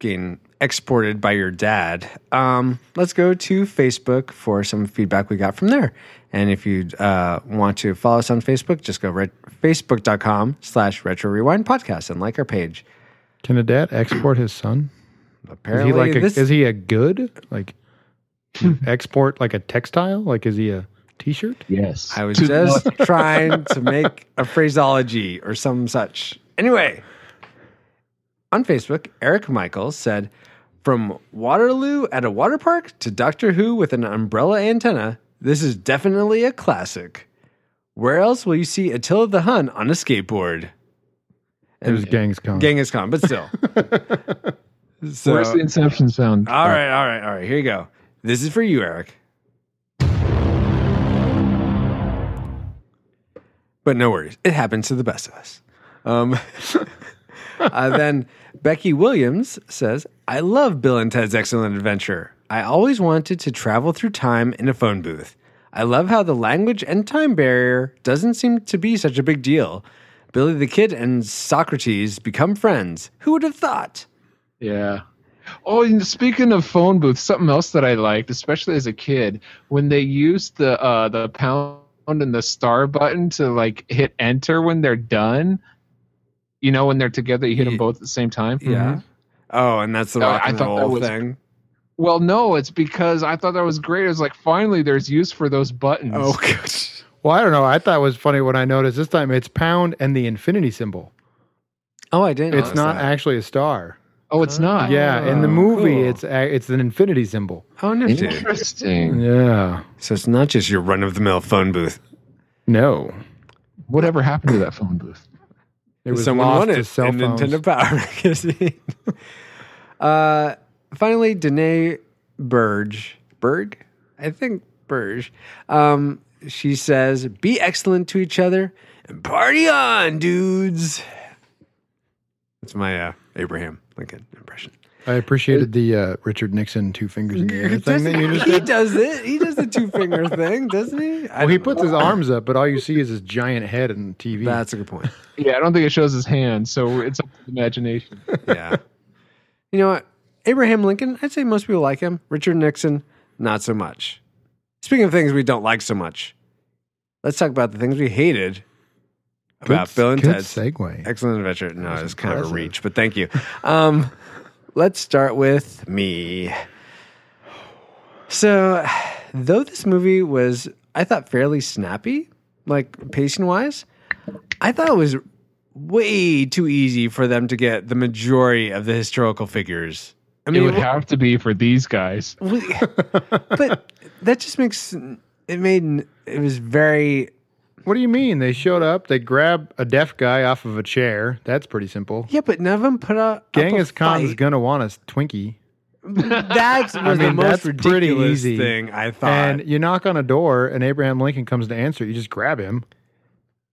getting exported by your dad, um, let's go to Facebook for some feedback we got from there. And if you uh, want to follow us on Facebook, just go re- facebook.com slash retro rewind podcast and like our page. Can a dad export his son? Is Apparently, he like a, this, is he a good like *laughs* you export like a textile? Like is he a t-shirt? Yes. I was just *laughs* trying to make a phraseology or some such. Anyway, on Facebook, Eric Michaels said, From Waterloo at a water park to Doctor Who with an umbrella antenna, this is definitely a classic. Where else will you see Attila the Hun on a skateboard? It was gangs con. Genghis Khan, but *laughs* still. so, Where's the Inception sound? all right, all right, all right. Here you go. This is for you, Eric. But no worries, it happens to the best of us. Um, *laughs* uh, then Becky Williams says, "I love Bill and Ted's Excellent Adventure. I always wanted to travel through time in a phone booth. I love how the language and time barrier doesn't seem to be such a big deal. Billy the Kid and Socrates become friends. Who would have thought?" Yeah. Oh, and speaking of phone booths, something else that I liked, especially as a kid, when they used the uh, the pound and the star button to like hit enter when they're done. You know, when they're together, you hit them Ye- both at the same time. Mm-hmm. Yeah. Oh, and that's the Oh, rock I and thought that roll was- *laughs* thing. Well, no, it's because I thought that was great. It was like finally there's use for those buttons. Oh gosh. Well, I don't know. I thought it was funny when I noticed this time it's pound and the infinity symbol. Oh, I didn't. It's not actually a star. oh it's not. yeah, in the Oh, movie cool. it's a, it's an infinity symbol. Oh, nifty. Interesting. Yeah. So it's not just your run of the mill phone booth. No. Whatever happened to that phone booth? It was Someone lost won it to cell in phones. Nintendo Power *laughs* magazine. uh, finally, Danae Burge, Berg, I think Burge. Um, she says, "Be excellent to each other and party on, dudes." That's my uh, Abraham Lincoln impression. I appreciated the uh, Richard Nixon two fingers *laughs* in the air thing that you just he did. does it. He does the two finger thing, doesn't he? I Well, he don't know. puts his arms up, but all you see is his giant head in the TV. That's a good point. Yeah, I don't think it shows his hand, so it's up to the imagination. yeah. You know what? Abraham Lincoln, I'd say most people like him. Richard Nixon, not so much. Speaking of things we don't like so much, let's talk about the things we hated about Bill and good Ted's segue. Excellent Adventure. No, it's kind of a impressive. reach, but thank you. Um, let's start with me. So, though this movie was, I thought, fairly snappy, like pacing wise, I thought it was way too easy for them to get the majority of the historical figures. I It mean, would have to be for these guys. we- *laughs* but that just makes it made it was very What do you mean? They showed up. They grabbed a deaf guy off of a chair. That's pretty simple. yeah. But none of them put up. Genghis up a fight. Khan's gonna want us Twinkie, That's was the mean, most that's pretty ridiculous easy. thing I thought. and you knock on a door, and Abraham Lincoln comes to answer. You just grab him.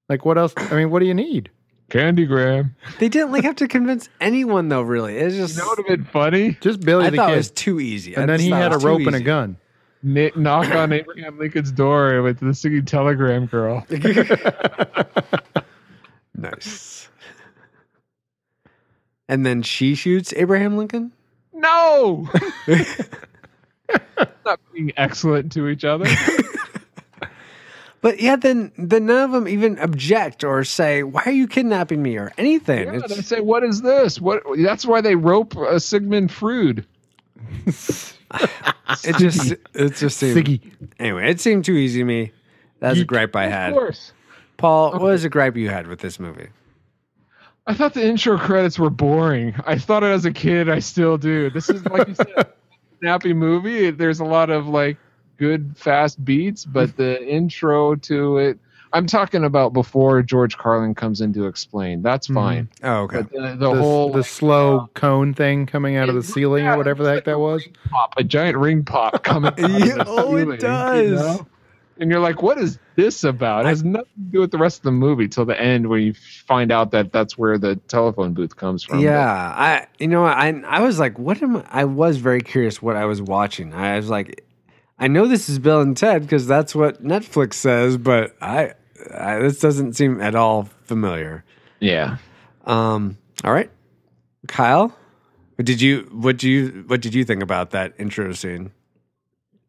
Like what else? I mean, what do you need? Candy Graham. they didn't like have to convince anyone though. Really, it's just You know what would have been funny? Just Billy I the thought Kid, it was too easy. and then he had a rope and a gun. Nick knock on Abraham Lincoln's door with the singing telegram girl. Nice. And then she shoots Abraham Lincoln. No! *laughs* Not being excellent to each other. But yeah, then then none of them even object or say, "Why are you kidnapping me?" or anything. Yeah, It's- they say, "What is this?" What? That's why they rope uh, Sigmund Freud. it just it just seemed Siggy. anyway. It seemed too easy to me. That's a Yeet. gripe I had. Of course. Paul, what is a gripe you had with this movie? I thought the intro credits were boring. I thought it as a kid. I still do. This is like *laughs* you said, snappy movie. There's a lot of like good fast beats, but the intro to it. I'm talking about before George Carlin comes in to explain. That's fine. Oh, okay. But the, the The, whole the slow cone thing coming out of the ceiling Yeah, or whatever the heck that was. pop, a giant ring *laughs* pop coming. out of Yeah, the oh, it ceiling, uh, you does. know? And you're like, what is this about? It has nothing to do with the rest of the movie till the end, where you find out that that's where the telephone booth comes from. Yeah, I you know I I was like, what am I? I was very curious what I was watching. I was like, I know this is Bill and Ted because that's what Netflix says, but I I, this doesn't seem at all familiar. Yeah. Um, all right, Kyle, did you what do you what did you think about that intro scene?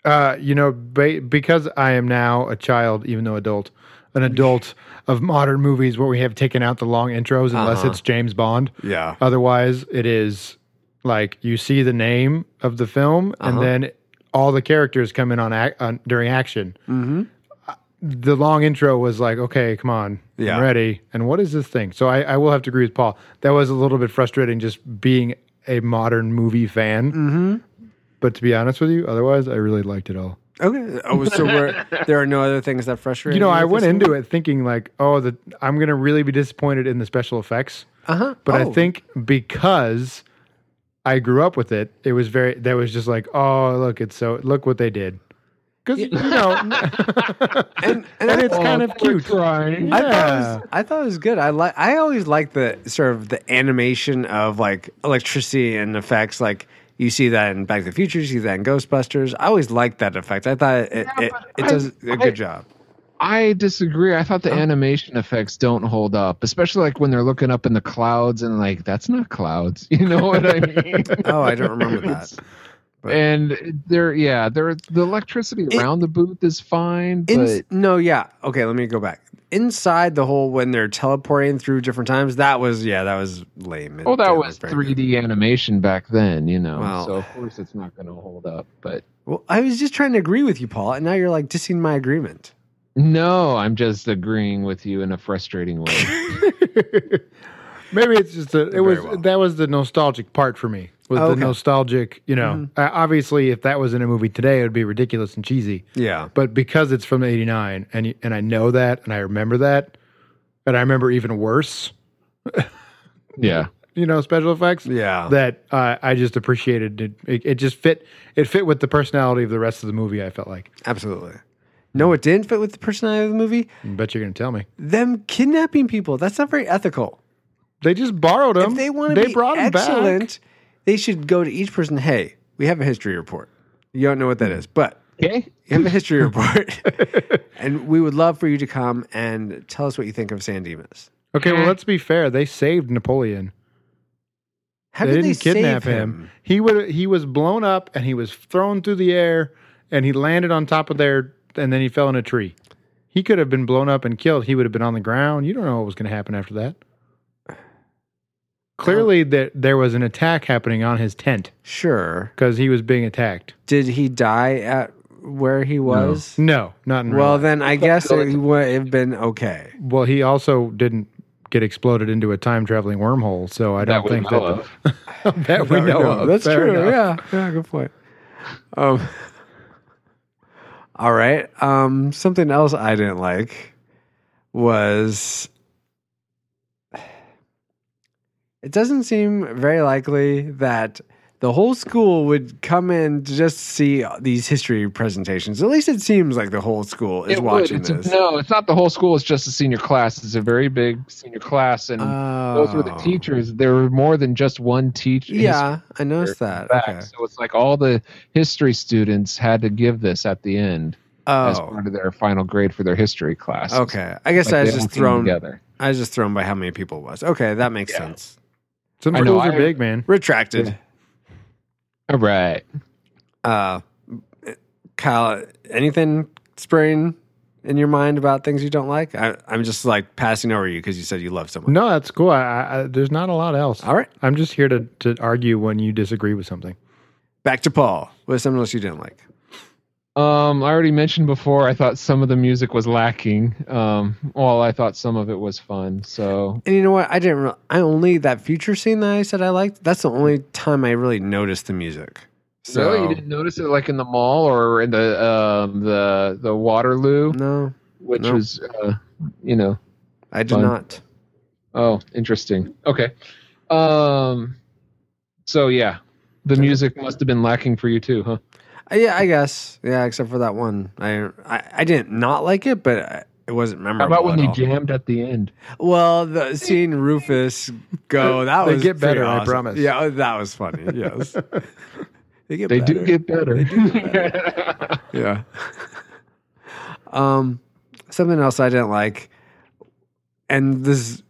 Uh, you know, ba- because I am now a child, even though adult, an adult of modern movies where we have taken out the long intros unless Uh-huh. it's James Bond. Yeah, Otherwise, it is like you see the name of the film Uh-huh. and then all the characters come in on, ac- on during action. mm-hmm. The long intro was like, okay, come on, Yeah. I'm ready. And what is this thing? So I, I will have to agree with Paul. That was a little bit frustrating just being a modern movie fan. Mm-hmm. But to be honest with you, otherwise, I really liked it all. Okay. Oh, so we're, there are no other things that frustrate You know, I went into it thinking like, oh, the, I'm going to really be disappointed in the special effects. Uh huh. But I think because I grew up with it, it was very. That was just like, oh, look, it's so. Look what they did. Because you know, and, and and I- it's kind of Oh, we're cute. Trying. I thought, Yeah. it was, I thought it was good. I like. I always like the sort of the animation of like electricity and effects. Like you see that in Back to the Future, you see that in Ghostbusters. I always liked that effect. I thought it it, but it I- does a I- good job. I disagree. I thought the animation effects don't hold up, especially like when they're looking up in the clouds and like that's not clouds. *laughs* You know what *laughs* I mean? Oh, I don't remember *laughs* that. But- and they're yeah, they're the electricity It- around the booth is fine, but In, no, yeah. Okay, let me go back. Inside the whole when they're teleporting through different times, that was yeah, that was lame. It oh, that didn't was look very 3D good. animation back then. You know, Well- so of course it's not going to hold up. But Well, I was just trying to agree with you, Paul, and now you're like dissing my agreement. no, I'm just agreeing with you in a frustrating way. *laughs* *laughs* Maybe it's just a, it Very was well. that was the nostalgic part for me. Was Oh, the okay. Mm-hmm. nostalgic, you know? Uh, obviously, if that was in a movie today, it would be ridiculous and cheesy. Yeah. But because it's from '89, and y- and I know that, and I remember that, and I remember even worse, yeah, you know, special effects. Yeah. that uh, I just appreciated. It, it, it just fit. It fit with the personality of the rest of the movie. I felt like. Absolutely. No, it didn't fit with the personality of the movie. Bet you're gonna tell me Them kidnapping people. That's not very ethical. they just borrowed him. If they want to be *laughs* excellent, they should go to each person, hey, we have a history report. You don't know what that is, but okay, you have a history *laughs* report. and we would love for you to come and tell us what you think of San Dimas. Okay, well let's be fair. They saved Napoleon. How they did didn't they kidnap save him. He would. He was blown up and he was thrown through the air and he landed on top of there and then he fell in a tree. He could have been blown up and killed. He would have been on the ground. You don't know what was going to happen after that. Clearly, that there was an attack happening on his tent Sure. because he was being attacked. Did he die at where he was? No, not in real Well, life. then I guess it would have been okay. Well, he also didn't get exploded into a time traveling wormhole, so I that don't we think know of. that, *laughs* that we know of. That's Fair true. enough. Yeah. Yeah. Good point. Um. *laughs* All right. Um. Something else I didn't like was *sighs* it doesn't seem very likely that the whole school would come in to just see these history presentations. At least it seems like the whole school is It would. watching It's a- this. no, it's not the whole school. It's just a senior class. It's a very big senior class, and those were the Oh. teachers. There were more than just one teacher. Yeah, I noticed that. back. Okay. So it's like all the history students had to give this at the end as Oh, part of their final grade for their history class. okay. I guess Like I was they all just came thrown. together. I was just thrown by how many people it was. Okay, that makes Yeah. sense. Some I schools know, are I- big, man. Retracted. All right. Uh, Kyle, anything spring in your mind about things you don't like? I, I'm just like passing over you because you said you love someone. No, that's cool. I, I, I, there's not a lot else. All right, I'm just here to, to argue when you disagree with something. back to Paul. What's something else you didn't like? Um, I already mentioned before. I thought some of the music was lacking. Um, well, I thought some of it was fun. So And you know what? I didn't. Re- I only that future scene that I said I liked. That's the only time I really noticed the music. So Really? you didn't notice it like in the mall or in the um, the the Waterloo, no, which No. was uh, you know I did Fine. not. oh interesting. Okay, um, so yeah, the music must have been lacking for you too, huh? Uh, Yeah, I guess. Yeah, except for that one. I I, I didn't not like it, but I- it wasn't How memorable. about when at they all. jammed at the end? Well, the, seeing Rufus go, that They was get better, pretty I awesome. promise. Yeah, oh, that was funny. *laughs* Yes. they get They do better. get better. Yeah. *laughs* Um something else I didn't like, and this,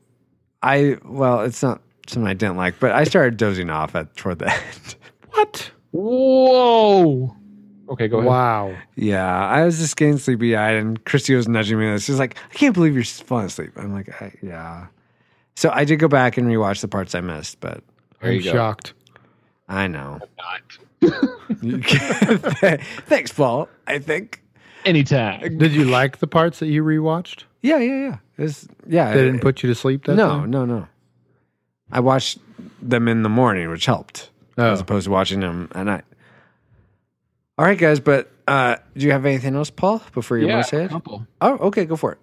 I well, it's not something I didn't like, but I started dozing off at toward the *laughs* end. What? Whoa. Okay, go ahead. Wow. yeah, I was just getting sleepy eyed, and Christy was nudging me. And she's like, "I can't believe you're falling asleep." I'm like, I, "Yeah." So I did go back and rewatch the parts I missed, but There I'm you go. shocked. I know. *laughs* Thanks, Paul. I think. Anytime. Did you like the parts that you rewatched? Yeah, yeah, yeah. It's, yeah. They didn't put you to sleep that no, time? no, no. I watched them in the morning, which helped, Oh. as opposed to watching them at night. All right, guys, but uh, do you have anything else, Paul, before you Yeah, want to say a it? couple. Oh, okay, go for it.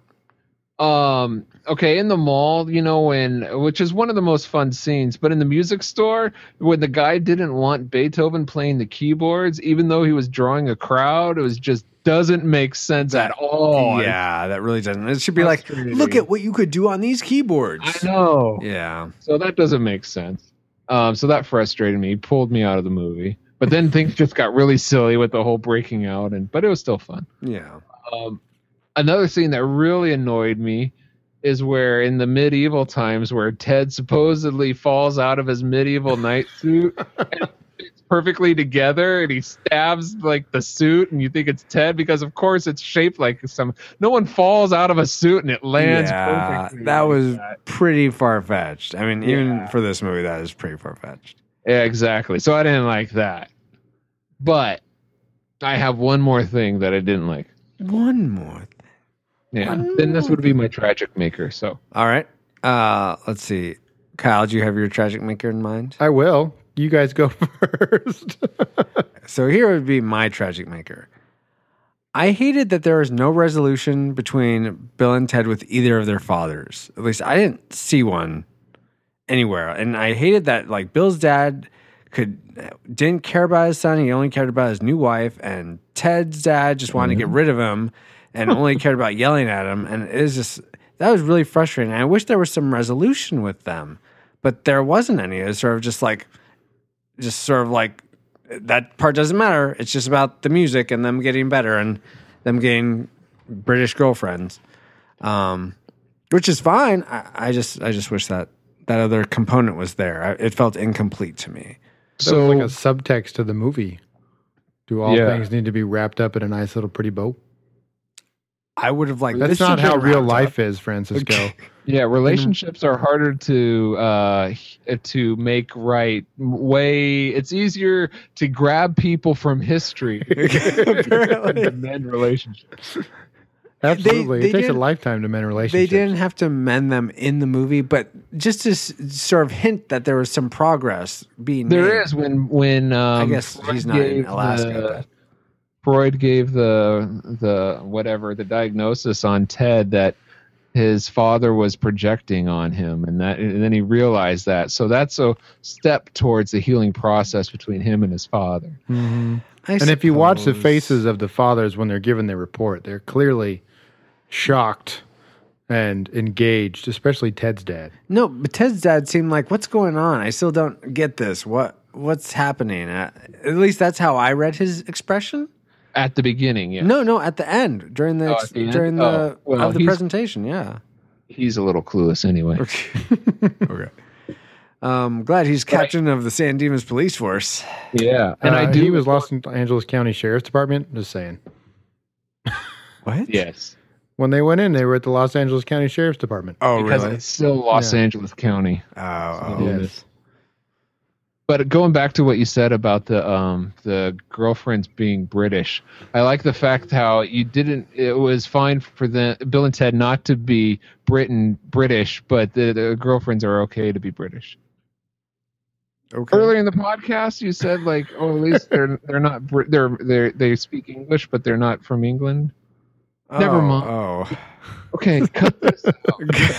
Um. Okay, in the mall, you know, when which is one of the most fun scenes. But in the music store, when the guy didn't want Beethoven playing the keyboards, even though he was drawing a crowd, it was just doesn't make sense at all. yeah, that really doesn't. It should be like, Frustrating. look at what you could do on these keyboards. I know. Yeah. So that doesn't make sense. Um, so that frustrated me, pulled me out of the movie. But *laughs* then things just got really silly with the whole breaking out, and but it was still fun. Yeah. Um, another scene that really annoyed me is where in the medieval times, where Ted supposedly falls out of his medieval night suit. *laughs* and it's Perfectly together, and he stabs like the suit, and you think it's Ted because, of course, it's shaped like some. No one falls out of a suit and it lands. yeah, perfectly that like was that. pretty far fetched. I mean, even Yeah. for this movie, that is pretty far fetched. Yeah, exactly. So I didn't like that. But I have one more thing that I didn't like. One more Yeah. Then this would be my tragic maker. So All right. Uh, let's see. Kyle, do you have your tragic maker in mind? I will. You guys go *laughs* first. So here would be my tragic maker. I hated that there was no resolution between Bill and Ted with either of their fathers. At least I didn't see one anywhere. And I hated that like Bill's dad could didn't care about his son, he only cared about his new wife and Ted's dad just wanted to get rid of him and only cared about yelling at him and it was just that was really frustrating. I wish there was some resolution with them, but there wasn't any. It was sort of just like just sort of like that part doesn't matter. It's just about the music and them getting better and them getting British girlfriends, um, which is fine. I, I just I just wish that that other component was there. I, it felt incomplete to me. so, so like a subtext to the movie. Do all Yeah. things need to be wrapped up in a nice little pretty bow? I would have liked. That's this not should how get real wrapped life up. is, Francisco. Okay. yeah, relationships are harder to uh h- to make right. Way it's easier to grab people from history *laughs* Apparently. *laughs* than men relationships. Absolutely. they it takes a didn't- lifetime to mend They relationships. didn't have to mend them in the movie, but just to s- sort of hint that there was some progress being There made. is when when um, guess he's not in gave Alaska, but- Freud gave the the whatever the diagnosis on Ted that his father was projecting on him, and that and then he realized that. So that's a step towards the healing process between him and his father. I And if you watch the suppose. faces of the fathers when they're given their report, they're clearly shocked and engaged, especially Ted's dad. No, but Ted's dad seemed like, "What's going on? I still don't get this. What what's happening?" Uh, at least that's how I read his expression. At the beginning, yeah, No, no, at the end during the, Oh, ex- at the end? during the Oh, well, of the he's- presentation. Yeah. he's a little clueless *laughs* anyway. Okay. okay. Um, glad he's captain of the San Dimas Police Force. Yeah, and I Uh, do He was Los Angeles County Sheriff's Department. Just saying. What? yes When they went in, they were at the Los Angeles County Sheriff's Department. Oh, because really? it's still Los Yeah. Angeles County. Oh, Yeah. oh. Yes. But going back to what you said about the um, the girlfriends being British, I like the fact how you didn't. It was fine for the Bill and Ted not to be Britain British, but the, the girlfriends are okay to be British. okay. Earlier in the podcast, you said like, oh, at least they're they're not Brit- they're they they speak English, but they're not from England. never Oh, mind. Oh, Okay, cut this out.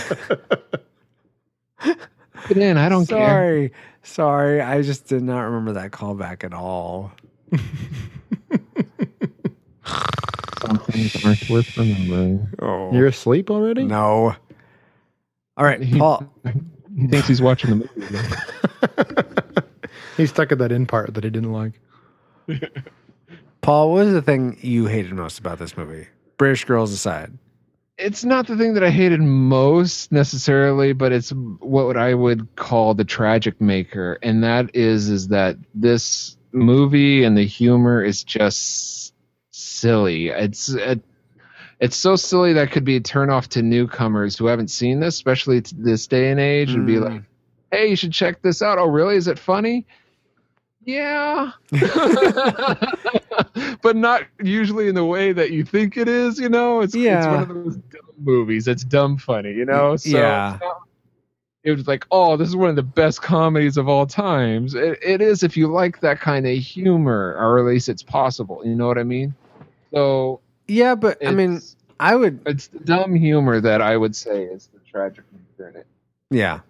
*laughs* Put it in. I don't care. sorry, sorry. I just did not remember that callback at all. Some things aren't worth remembering. Oh, You're asleep already? no. All *laughs* right, Paul. He thinks he's watching the movie. though. He's stuck at that end part that he didn't like. Paul, what was the thing you hated most about this movie? British girls aside. it's not the thing that I hated most necessarily, but it's what I would call the tragic maker, and that is is that this movie and the humor is just silly. It's it, it's so silly that could be a turnoff to newcomers who haven't seen this, especially to this day and age, and be Mm. like, "Hey, you should check this out." Oh, really? Is it funny? Yeah, *laughs* but not usually in the way that you think it is. You know, it's it's Yeah. one of those dumb movies. It's dumb funny. You know, so Yeah. it's not- it was like, oh, this is one of the best comedies of all times. It, it is if you like that kind of humor, or at least it's possible. You know what I mean? So Yeah, but I mean, it's- I would. it's the dumb humor that I would say is the tragic nature in it. Yeah.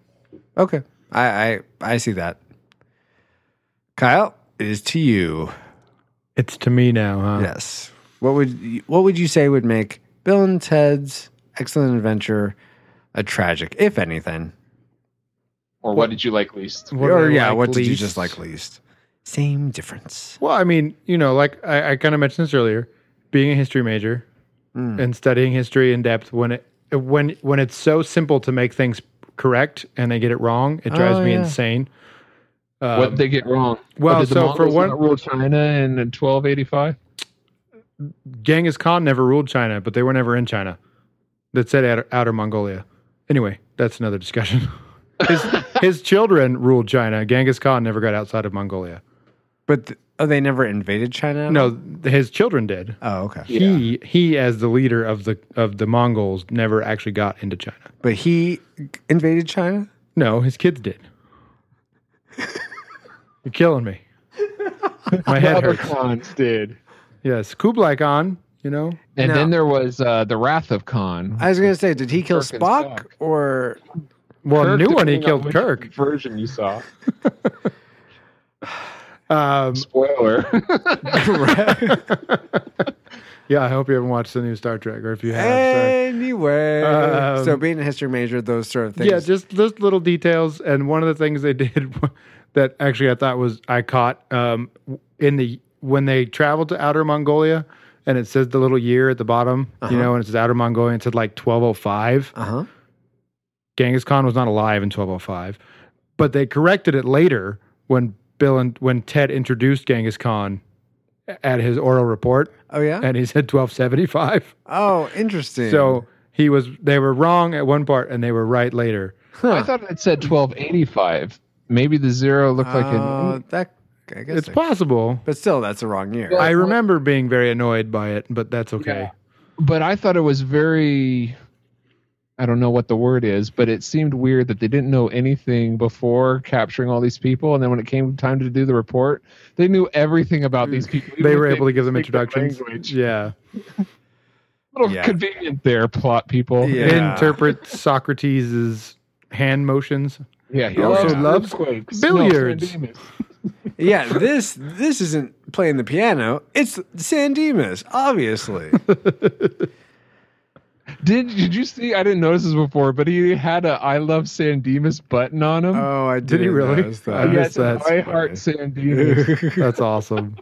Okay. I I, I see that. Kyle, it is to you. It's to me now, huh? Yes. What would you, what would you say would make Bill and Ted's Excellent Adventure a tragic, if anything? Or what, What- did you like least? What do or I yeah, like what did you least? just like least? Same difference. Well, I mean, you know, like I, I kind of mentioned this earlier, being a history major Mm. and studying history in depth when it when when it's so simple to make things correct and they get it wrong, it drives Oh, me yeah. insane. Um, what they get wrong? well, Oh, did the so for Mongols one, not rule China in 1285. Genghis Khan never ruled China, but they were never in China. That said, outer, outer Mongolia. Anyway, that's another discussion. *laughs* his, his children ruled China. Genghis Khan never got outside of Mongolia. But th- oh, they never invaded China. at all? No, his children did. Oh, okay. He he, as the leader of the of the Mongols, never actually got into China. But he invaded China. No, his kids did. You're killing me. My head Other hurts. cons did. Yes, Kublai Khan. You know, And No. then there was uh, the Wrath of Khan. I was gonna say, did he kill Kirk and Spock, Spock. or well, a Kirk, new one. Oh, He depending on killed which Kirk. Version you saw. *laughs* Um, Spoiler. yeah, I hope you haven't watched the new Star Trek, or if you have, sorry. anyway? Um, so being a history major, those sort of things. Yeah, just just little details. And one of the things they *laughs* did that actually I thought was I caught um, in the when they traveled to Outer Mongolia, and it says the little year at the bottom, you know, and it says Outer Mongolia, and it said like twelve oh five. uh huh. Genghis Khan was not alive in 1205, but they corrected it later when Bill and when Ted introduced Genghis Khan at his oral report, Oh yeah. and he said 1275. oh, interesting. So he was they were wrong at one part and they were right later. I thought it said 1285. Maybe the zero looked like Uh, an. that. I guess It's I- possible. But still, that's the wrong year. Well- I remember being very annoyed by it, but that's okay. But I thought it was very. I don't know what the word is, but it seemed weird that they didn't know anything before capturing all these people, and then when it came time to do the report, they knew everything about these Hmm. people. They even were if able to give them didn't speak their introductions. language. Yeah. A little Yeah. convenient there, plot people. Yeah. Interpret Socrates' hand motions. yeah he Yeah. loves Also loves earthquakes. billiards. San Dimas. yeah, this this isn't playing the piano. It's San Dimas, *laughs* obviously. Did did you see? I didn't notice this before, but he had a "I love San Dimas" button on him. oh, I did. he really? I He *laughs* had missed some that. I heart San Dimas. *laughs* *laughs* That's awesome.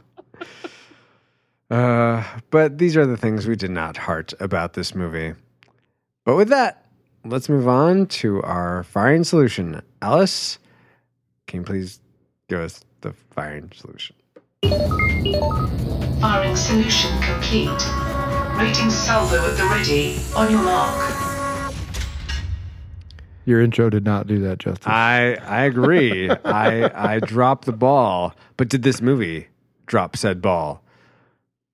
Uh, but these are the things we did not heart about this movie. But with that, let's move on to our firing solution. Alice, can you please give us the firing solution? Firing solution complete. Rating salvo at the ready. On your mark. Your intro did not do that justice. I I agree. I I dropped the ball, but did this movie drop said ball?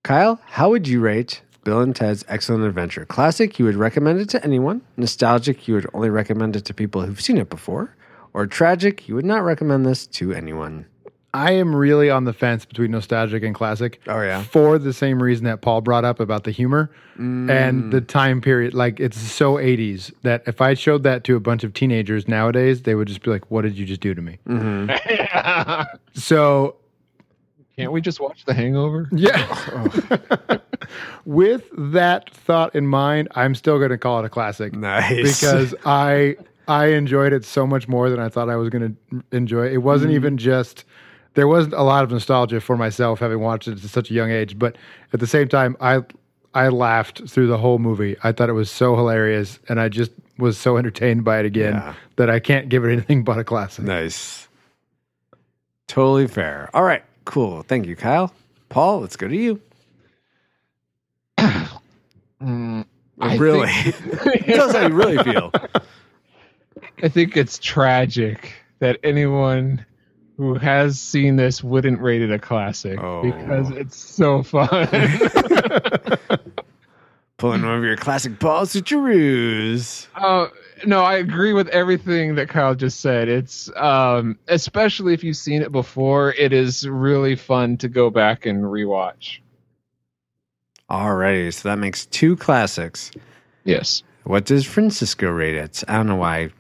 Kyle, how would you rate Bill and Ted's Excellent Adventure? Classic, you would recommend it to anyone. Nostalgic, you would only recommend it to people who've seen it before. Or tragic, you would not recommend this to anyone. I am really on the fence between nostalgic and classic. Oh, yeah. For the same reason that Paul brought up about the humor and Mm. the time period. Like it's so 80s that if I showed that to a bunch of teenagers nowadays, they would just be like, What did you just do to me? Mm-hmm. So Can't we just watch The Hangover? yeah. *laughs* *laughs* With that thought in mind, I'm still gonna call it a classic. Nice. because I I enjoyed it so much more than I thought I was going to enjoy. It Mm-hmm. wasn't even just there wasn't a lot of nostalgia for myself having watched it at such a young age, but at the same time, I I laughed through the whole movie. I thought it was so hilarious, and I just was so entertained by it again Yeah. that I can't give it anything but a classic. Nice. Totally fair. All right. Cool. Thank you, Kyle. Paul, let's go to you. I really? *laughs* Tell us how you really feel. I think it's tragic that anyone who has seen this wouldn't rate it a classic Oh. because it's so fun. *laughs* Pulling one of your classic Paul Sucharoos. uh, no, I agree with everything that Kyle just said. It's um, especially if you've seen it before, it is really fun to go back and rewatch. Alrighty, so that makes two classics. Yes. What does Francisco rate it? I don't know why I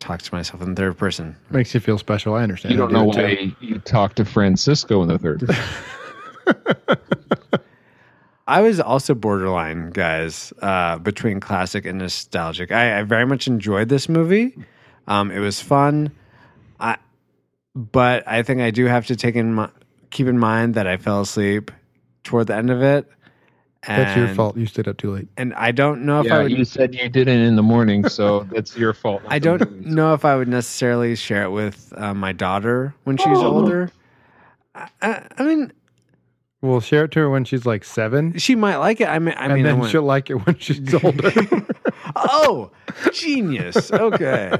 talk to myself in third person. Makes you feel special. I understand. You don't I know do too. why you talked to Francisco in the third. I was also borderline, guys, uh, between classic and nostalgic. I, I very much enjoyed this movie. Um, it was fun. I, but I think I do have to take in mi- keep in mind that I fell asleep toward the end of it. And, That's your fault. You stayed up too late. And I don't know if I yeah, would. you said you didn't in the morning, so *laughs* that's your fault. I *laughs* don't know if I would necessarily share it with uh, my daughter when she's Oh. older. I, I, I mean, We'll share it to her when she's like seven, she might like it. I mean, I and mean, I then wouldn't- she'll like it when *laughs* she's older. oh, genius. Okay.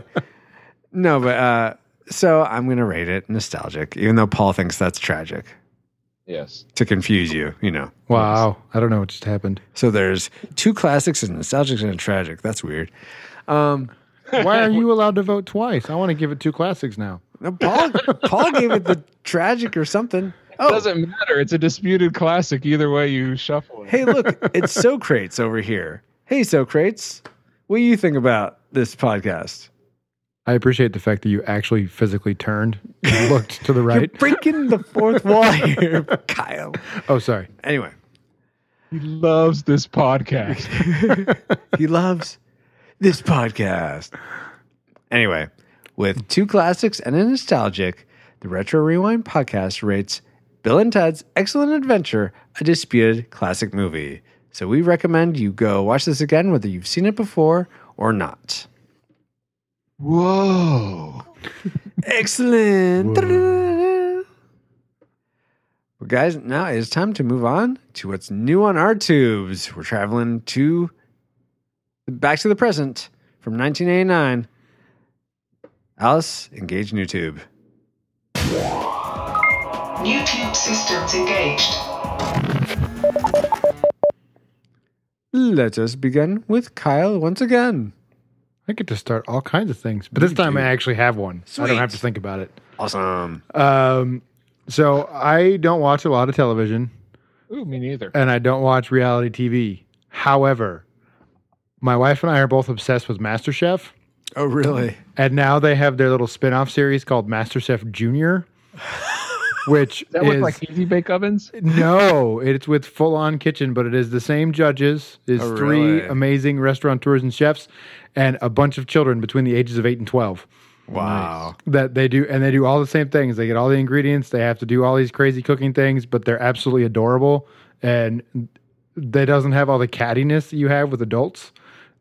No, but uh, so I'm going to rate it nostalgic, even though Paul thinks that's tragic Yes. to confuse you, you know. *laughs* wow, I don't know what just happened. So there's two classics and nostalgic and tragic. That's weird. Um, Why *laughs* are you allowed to vote twice? I want to give it two classics now. no, Paul, Paul gave it the tragic or something. It Oh, doesn't matter. It's a disputed classic. Either way, you shuffle it. hey, look, it's Socrates over here. Hey, Socrates, what do you think about this podcast? I appreciate the fact that you actually physically turned, *laughs* and looked to the right. Breaking the fourth wall here, *laughs* Kyle. Oh, sorry. Anyway. He loves this podcast. he loves this podcast. Anyway, with two classics and a nostalgic, the Retro Rewind podcast rates Bill and Ted's Excellent Adventure a disputed classic movie. So we recommend you go watch this again, whether you've seen it before or not. *laughs* Whoa. Excellent. Well, guys, now it is time to move on to what's new on our tubes. We're traveling to back to the present from 1989. Alice, engage new tube. New tube systems engaged. Let us begin with Kyle once again. I get to start all kinds of things, but this time I actually have one. I Sweet. don't have to think about it. Awesome. Um, so I don't watch a lot of television, Ooh, me neither. and I don't watch reality TV. However, my wife and I are both obsessed with MasterChef, Oh, really? and now they have their little spin-off series called MasterChef *laughs* Junior, which That is was like easy bake ovens. No, it's with full on kitchen, but it is the same judges. It's Oh, three really? amazing restaurateurs and chefs and a bunch of children between the ages of eight and 12 Wow. that they do, and they do all the same things. They get all the ingredients, they have to do all these crazy cooking things, but they're absolutely adorable. And they doesn't have all the cattiness that you have with adults.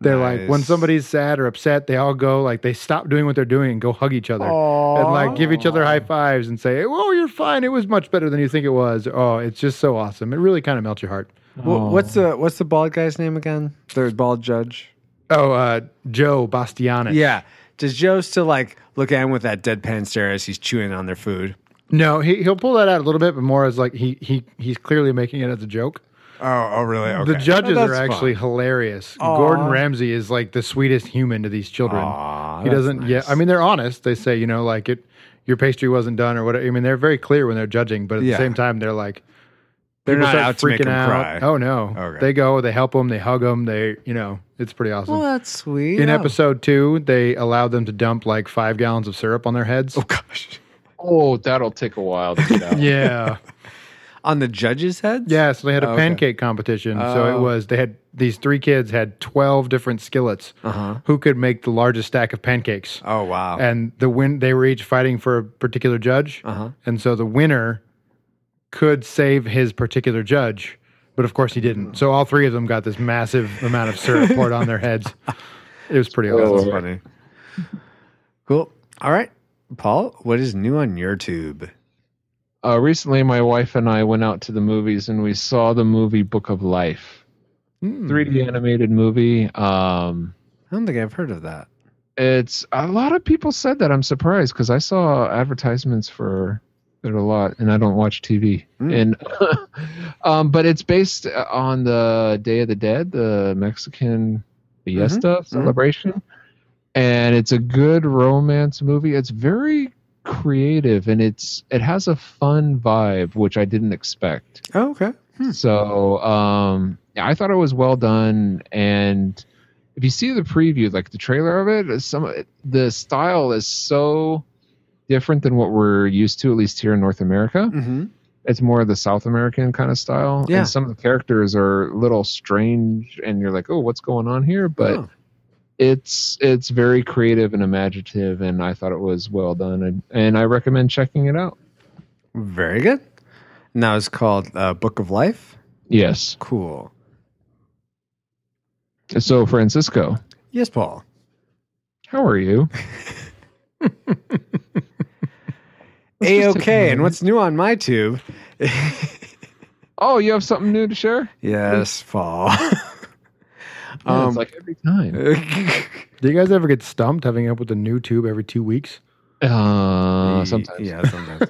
They're like when Nice. somebody's sad or upset, they all go like they stop doing what they're doing and go hug each other and like give each other high fives and say, "Oh, you're fine. It was much better than you think it was." Oh, it's just so awesome. It really kind of melts your heart. Wh- What's the what's the bald guy's name again? The bald judge. Oh, uh, Joe Bastianich. Yeah. Does Joe still like look at him with that deadpan stare as he's chewing on their food? No, he he'll pull that out a little bit, but more as like he he he's clearly making it as a joke. Oh, oh, really? The judges Oh, are that's actually fun. hilarious. Aw. Gordon Ramsay is like the sweetest human to these children. Aw, he that's doesn't. nice. Yeah, I mean they're honest. They say you know like it, your pastry wasn't done or whatever. I mean they're very clear when they're judging, but at Yeah. the same time they're like They're people not start out to make him cry. Oh no, Okay. they go, they help them, they hug them, they you know it's pretty awesome. Well, that's sweet. In Oh. episode *laughs* two, they allowed them to dump like five gallons of syrup on their heads. Oh gosh, *laughs* Oh, that'll take a while to *laughs* get out. Yeah. on the judges' heads. Yeah, so they had a Oh, okay. pancake competition. So it Oh. was they had these three kids had 12 different skillets. Uh-huh. Who could make the largest stack of pancakes? Oh wow. And the win they were each fighting for a particular judge. Uh-huh. And so the winner could save his particular judge But of course he Hmm. didn't. So all three of them got this massive amount of syrup poured on their heads. It was pretty That's awesome. funny. Cool. All right. Paul, what is new on your tube? Uh, recently, my wife and I went out to the movies and we saw the movie Book of Life, Hmm. Hmm. 3D animated movie. Um, I don't think I've heard of that. it's a lot of people said that. I'm surprised because I saw advertisements for it a lot, and I don't watch TV. Mm. And *laughs* um, but it's based on the Day of the Dead, the Mexican fiesta celebration, and it's a good romance movie. It's very creative and it's it has a fun vibe which i didn't expect Oh, okay. so um, yeah, I thought it was well done, and if you see the preview, like the trailer of it, some the style is so different than what we're used to, at least here in North America. Mm-hmm. It's more of the South American kind of style, Yeah. and some of the characters are a little strange, and you're like, oh, what's going on here? But Oh. it's it's very creative and imaginative, and I thought it was well done, and, and I recommend checking it out. Very good. And that was called uh, Book of Life. Yes. Cool. So, Francisco, Yes, Paul. how *laughs* are you? A just take a okay. minute. And what's new on my tube? *laughs* Oh, you have something new to share? Yes, Paul. Yeah, um, *laughs* it's like every time. Do you guys ever get stumped having up with a new tube every *laughs* two weeks? Uh, sometimes. Yeah, sometimes.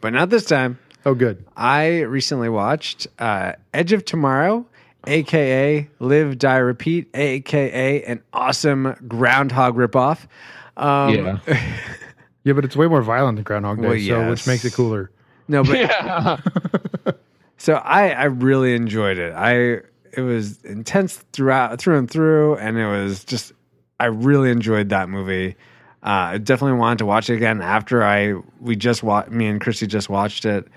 but not this time. Oh, good. I recently watched uh, Edge of Tomorrow, aka Live Die Repeat, aka an awesome Groundhog ripoff. Um, Yeah. Yeah, but it's way more violent than Groundhog Day, Well, so yes. which makes it cooler. *laughs* No, but *laughs* yeah. so I I really enjoyed it. I it was intense throughout through and through, and it was just I really enjoyed that movie. Uh, I definitely wanted to watch it again after I we just wa- me and Christy just watched it.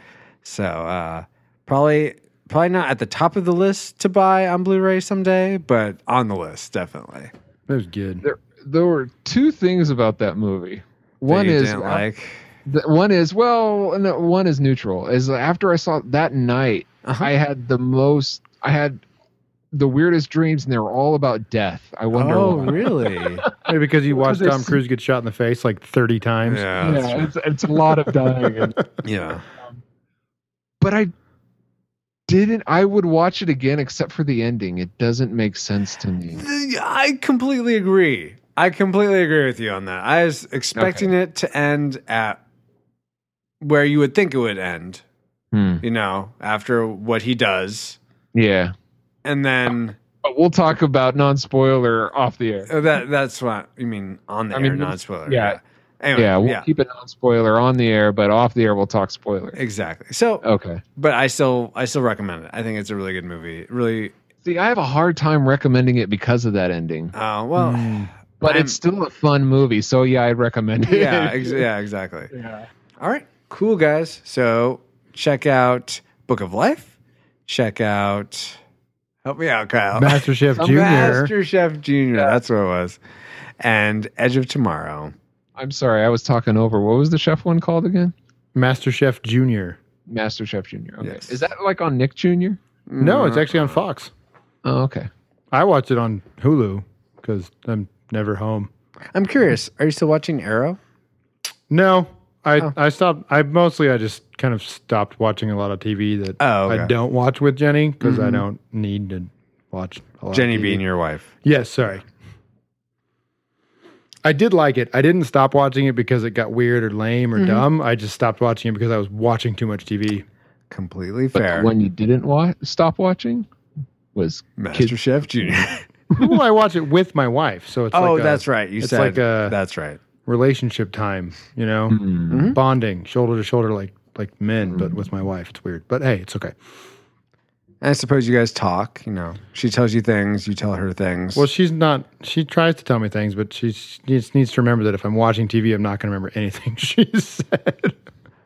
So uh, probably probably not at the top of the list to buy on Blu-ray someday, but on the list definitely. That was good. There, there were two things about that movie. One That you is didn't like th- one is well, no, one is neutral. Is after I saw it that night, Uh-huh. I had the most. I had the weirdest dreams, and they were all about death. I wonder. oh why. really? Maybe because *laughs* you watched there's- Tom Cruise get shot in the face like 30 *laughs* times. yeah, that's Yeah, it's, it's a lot of dying. *laughs* and- true. yeah. but I didn't. I would watch it again, except for the ending. It doesn't make sense to me. I completely agree. I completely agree with you on that. I was expecting it to end at where you would think it would end, Hmm. you know, after what he does. Yeah. And then But we'll talk about non spoiler off the air. uh, that that's what you mean on the I air, mean, not spoiler. yeah. Anyway, Yeah, we'll yeah. keep it non spoiler on the air, but off the air we'll talk spoiler. Exactly. So, Okay. but I still I still recommend it. I think it's a really good movie. Really See, I have a hard time recommending it because of that ending, uh well, but I'm- it's still a fun movie, so yeah, I'd recommend it. *laughs* yeah, ex- yeah, exactly. yeah. All right, cool guys. So check out Book of Life. Check out. Help me out, Kyle. *laughs* *laughs* Master Chef Jr. Master Chef Junior. That's what it was. And Edge of Tomorrow. I'm sorry, I was talking over. What was the chef one called again? Master Chef Jr. Master Chef Junior. Okay. Yes. Is that like on Nick Junior? No, it's actually on Fox. Oh, okay. I watched it on Hulu because I'm never home. I'm curious. Are you still watching Arrow? No, I I stopped. I mostly I just kind of stopped watching a lot of TV that Oh, okay. I don't watch with Jenny because I don't need to watch. A lot Jenny of TV. being your wife. Yes, sorry. I did like it. I didn't stop watching it because it got weird or lame or Mm-hmm. dumb. I just stopped watching it because I was watching too *laughs* much TV. Completely But fair. when you didn't watch, stop watching, was Master Kid- Chef Junior. well, I watch it with my wife, so *laughs* it's oh, like a that's right. You it's said like a- that's right. relationship time. You know, Hmm. Mm-hmm. bonding shoulder to shoulder like like men, but with my wife. It's weird, but hey, it's okay. And I suppose you guys talk. You know, she tells you things, you tell her things. Well, she's not. She tries to tell me things, but she needs, needs to remember that if I'm watching TV, I'm not going to remember anything *laughs* she said.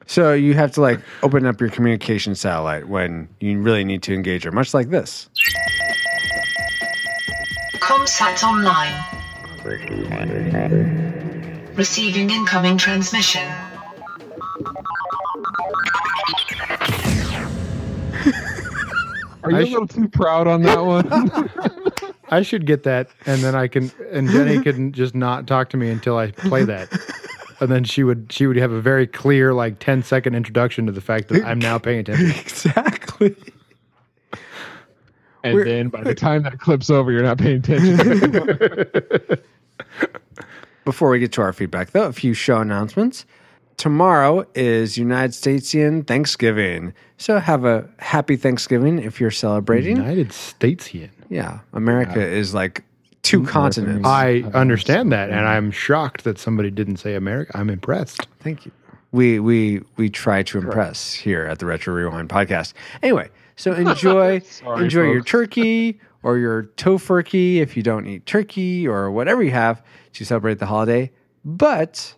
So you have to like open up your communication satellite when you really need to engage her, much like this. ComSat online. Receiving incoming transmission. Are you I a little too proud on *laughs* that one? I should get that, and then I can, and Jenny can just not talk to me until I play that, and then she would she would have a very clear like 10 second introduction to the fact that I'm now paying attention. *laughs* exactly. and We're- then by the time that clip's over, you're not paying *laughs* attention. Before we get to our feedback, though, a few show announcements. Tomorrow is United Statesian Thanksgiving. So have a happy Thanksgiving if you're celebrating. United Statesian. Yeah. America is like two continents. I understand that, and I'm shocked that somebody didn't say America. I'm impressed. Thank you. We we we try to impress here at the Retro Rewind podcast. Anyway, so enjoy Sorry, enjoy your folks. turkey or your tofurkey if you don't eat turkey or whatever you have to celebrate the holiday. But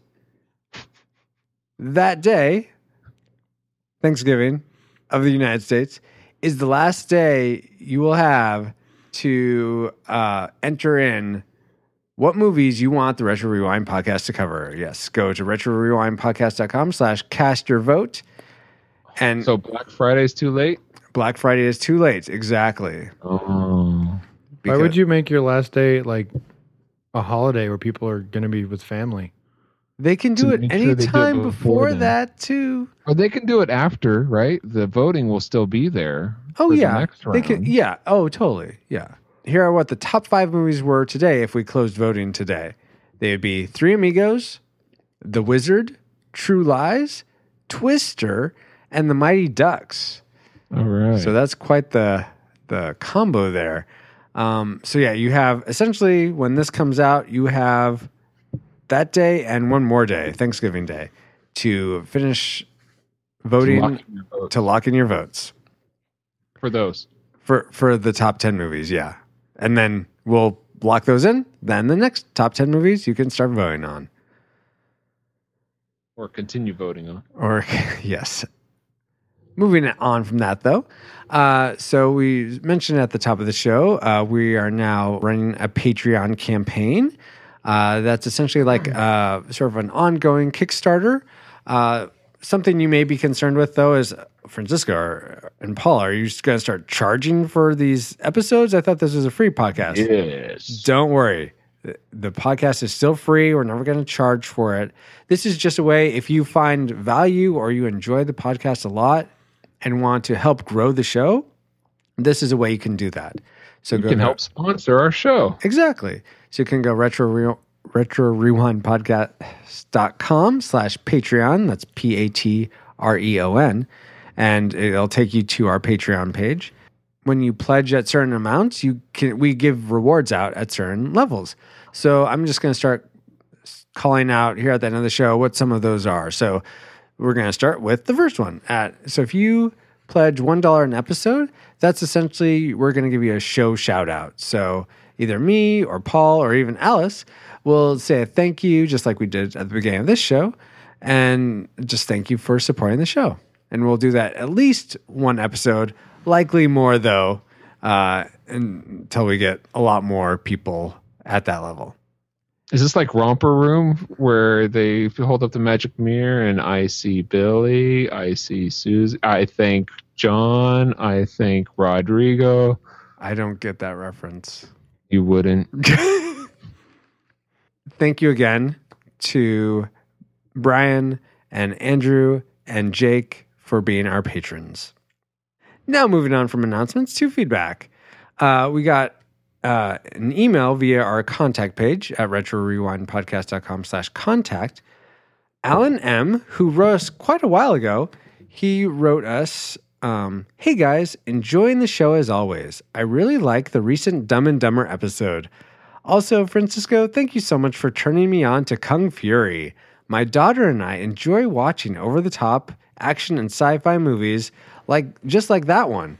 that day, Thanksgiving of the United States is the last day you will have to uh, enter in what movies you want the Retro Rewind podcast to cover. Yes, go to retrorewindpodcast.com slash cast your vote. And so Black Friday's too late. Black Friday is too late. Exactly. Oh, Why would you make your last day like a holiday where people are going to be with family? They can do To it make any sure they do it time before before then. that, too. or they can do it after, right? The voting will still be there. Oh for the yeah, next they could. round. Yeah. Oh, totally. Yeah. Here are what the top five movies were today. If we closed voting today, they would be Three Amigos, The Wizard, True Lies, Twister, and The Mighty Ducks. All right. So that's quite the the combo there. Um, so yeah, you have essentially when this comes out, you have that day and one more day, Thanksgiving Day, to finish voting Lock in your vote to lock in your votes for those. for for the top 10 movies yeah and then we'll lock those in then the next top 10 movies you can start voting on or continue voting on. or *laughs* yes moving on from that though uh, so we mentioned at the top of the show uh, we are now running a patreon campaign uh, that's essentially like uh, sort of an ongoing kickstarter uh, something you may be concerned with though is uh, francisco or- uh, and paul are you just going to start charging for these episodes i thought this was a free podcast Yes. Don't worry. The- The podcast is still free. We're never going to charge for it. This is just a way if you find value or you enjoy the podcast a lot and want to help grow the show, this is a way you can do that. So You go can to- help sponsor our show. Exactly. So you can go retro re- retro rewind podcast.com slash Patreon. That's P A T R E O N. And it'll take you to our Patreon page. When you pledge at certain amounts, you can we give rewards out at certain levels. So I'm just gonna start calling out here at the end of the show what some of those are. So we're going to start with the first one. At so if you pledge one dollar an episode, that's essentially we're going to give you a show shout out. So either me or Paul or even Alice will say a thank you, just like we did at the beginning of this show, and just thank you for supporting the show. And we'll do that at least one episode, likely more though, uh, until we get a lot more people at that level. Is this like Romper Room where they hold up the magic mirror and I see Billy, I see Susie, I thank John, I thank Rodrigo. I don't get that reference. You wouldn't. *laughs* Thank you again to Brian and Andrew and Jake for being our patrons. Now, moving on from announcements to feedback. Uh, we got uh, an email via our contact page at retrorewindpodcast.com slash contact. Alan M., who wrote us quite a while ago, he wrote us, um, Hey guys, enjoying the show as always. I really like the recent Dumb and Dumber episode. Also, Francisco, thank you so much for turning me on to Kung Fury. My daughter and I enjoy watching over the top action and sci fi movies like just like that one.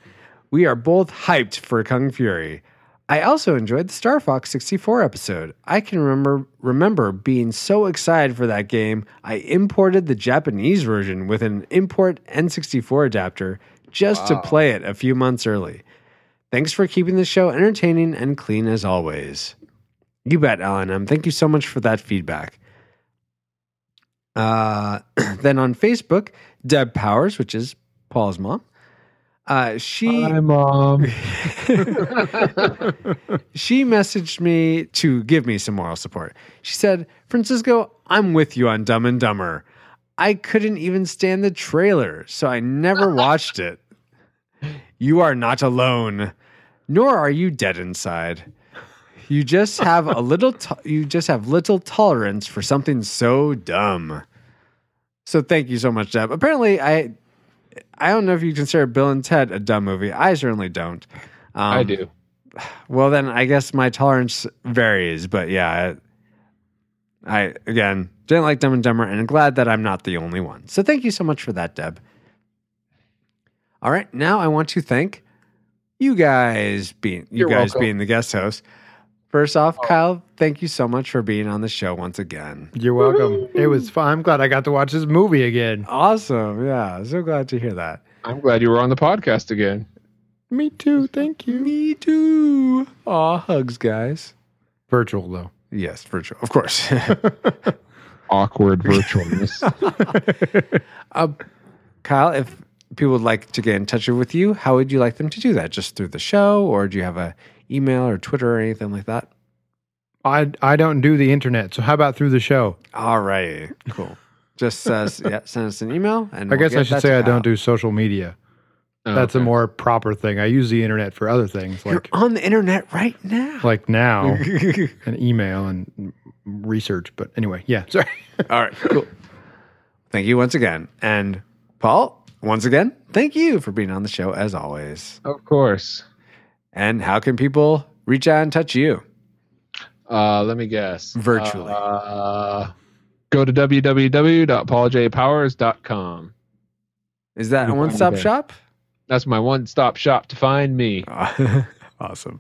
We are both hyped for Kung Fury. I also enjoyed the Star Fox 64 episode. I can remember remember being so excited for that game. I imported the Japanese version with an import N64 adapter just to play it a few months early. Thanks for keeping the show entertaining and clean as always. You bet, Alan M. Thank you so much for that feedback. *clears throat* Uh, then on Facebook, Deb Powers, which is Paul's mom, Uh, she *laughs* Hi, mom. she messaged me to give me some moral support. She said, Francisco, I'm with you on Dumb and Dumber. I couldn't even stand the trailer, so I never watched it. You are not alone, nor are you dead inside. You just have a little to- you just have little tolerance for something so dumb. So thank you so much, Deb. Apparently I I don't know if you consider Bill and Ted a dumb movie. I certainly don't. Um, I do. well, then I guess my tolerance varies, but yeah, I, I again didn't like Dumb and Dumber, and I'm glad that I'm not the only one. So thank you so much for that, Deb. All right, now I want to thank you guys being you You're guys welcome. being the guest host. First off, Oh. Kyle, thank you so much for being on the show once again. You're welcome. It was fun. I'm glad I got to watch this movie again. Awesome, yeah, so glad to hear that. I'm glad you were on the podcast again. Me too. Thank you. Me too. Aw, hugs, guys. Virtual though. Yes, virtual, of course. *laughs* Awkward virtualness. Uh, Kyle, if people would like to get in touch with you, how would you like them to do that? Just through the show, or do you have a email or Twitter or anything like that? I I don't do the internet, so how about through the show? All right, cool. Just uh, s- yeah, send us an email, and I we'll guess I get should that to say I Kyle. don't do social media. Oh, That's a Okay. more proper thing. I use the internet for other things You're *laughs* like on the internet right now. like *laughs* now and email and research. But anyway, yeah. *laughs* Sorry. All right, cool. Thank you once again, and Paul, once again, thank you for being on the show as always. Uh, Of course. And how can people reach out and touch you? Uh, let me guess. Virtually. Uh, go to www.pauljpowers.com. Is that a You'll find me one-stop there. shop? That's my one stop shop to find me. Aw- *laughs* awesome.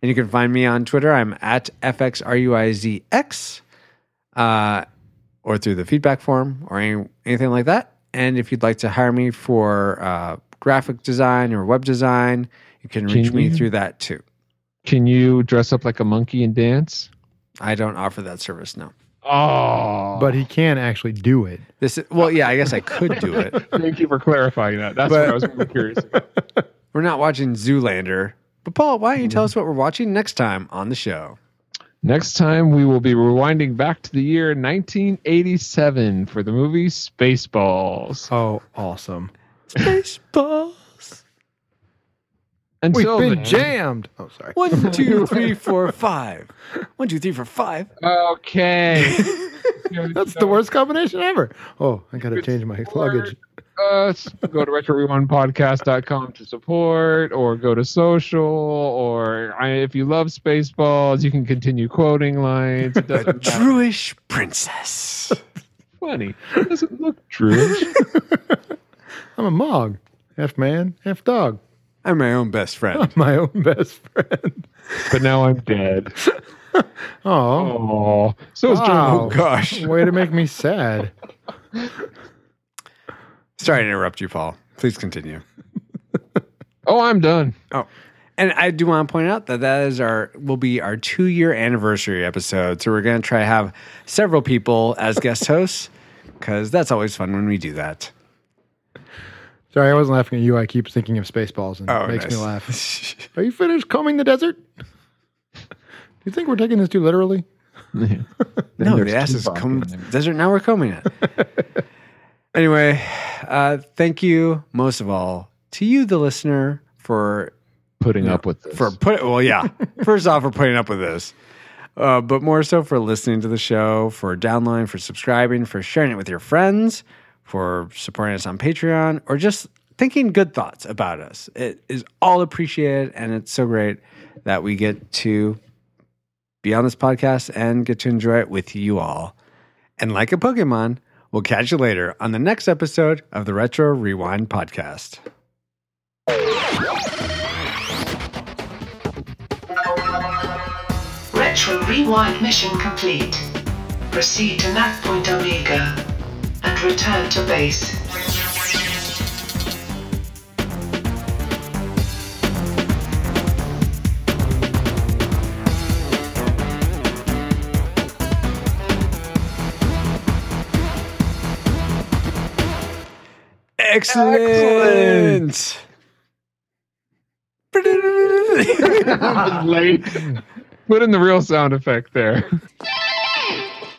And you can find me on Twitter. I'm at FXRUIZX uh, or through the feedback form or any, anything like that. And if you'd like to hire me for uh, graphic design or web design, you can reach Can me you- through that too. Can you dress up like a monkey and dance? I don't offer that service now. Oh, But he can actually do it. This is, well, yeah, I guess I could do it. *laughs* thank you for clarifying that. That's what I was really *laughs* curious about. We're not watching Zoolander. But Paul, why don't you tell us what we're watching next time on the show? Next time, we will be rewinding back to the year 1987 for the movie Spaceballs. Oh, awesome. Spaceballs. We've Until been then- jammed. Oh, sorry. One, two, three, four, five. One, two, three, four, five. Okay. *laughs* That's the worst combination ever. Oh, I gotta change my luggage. us. Go to retrorewindpodcast.com to support, or go to social, or I, if you love Spaceballs, you can continue quoting lines. It *laughs* doesn't matter. Druish princess. funny. It doesn't look true. I'm a mog. Half man, half dog. *laughs* I'm my own best friend. My own best friend. but now I'm dead. Oh, Oh, so is Wow. John. Oh *laughs* gosh. way to make me sad. Sorry to interrupt you, Paul. Please continue. Oh, I'm done. Oh. And I do want to point out that that is our will be our two year anniversary episode. So we're gonna try to have several people as guest hosts because that's always fun when we do that. Sorry, I wasn't laughing at you. I keep thinking of Spaceballs and Oh, it makes me nice. *laughs* laugh. Are you finished combing the desert? *laughs* Do you think we're taking this too literally? no, the ass is com- desert. Now we're combing it. *laughs* anyway, uh, thank you most of all to you, the listener, for putting up with this. for put well yeah first off for putting up with this uh, but more so for listening to the show for downloading for subscribing for sharing it with your friends for supporting us on patreon or just thinking good thoughts about us it is all appreciated and it's so great that we get to be on this podcast and get to enjoy it with you all and like a pokemon we'll catch you later on the next episode of the retro rewind podcast Retro rewind mission complete. Proceed to NAV Point Omega and return to base. excellent. *laughs* Late. Put in the real sound effect there.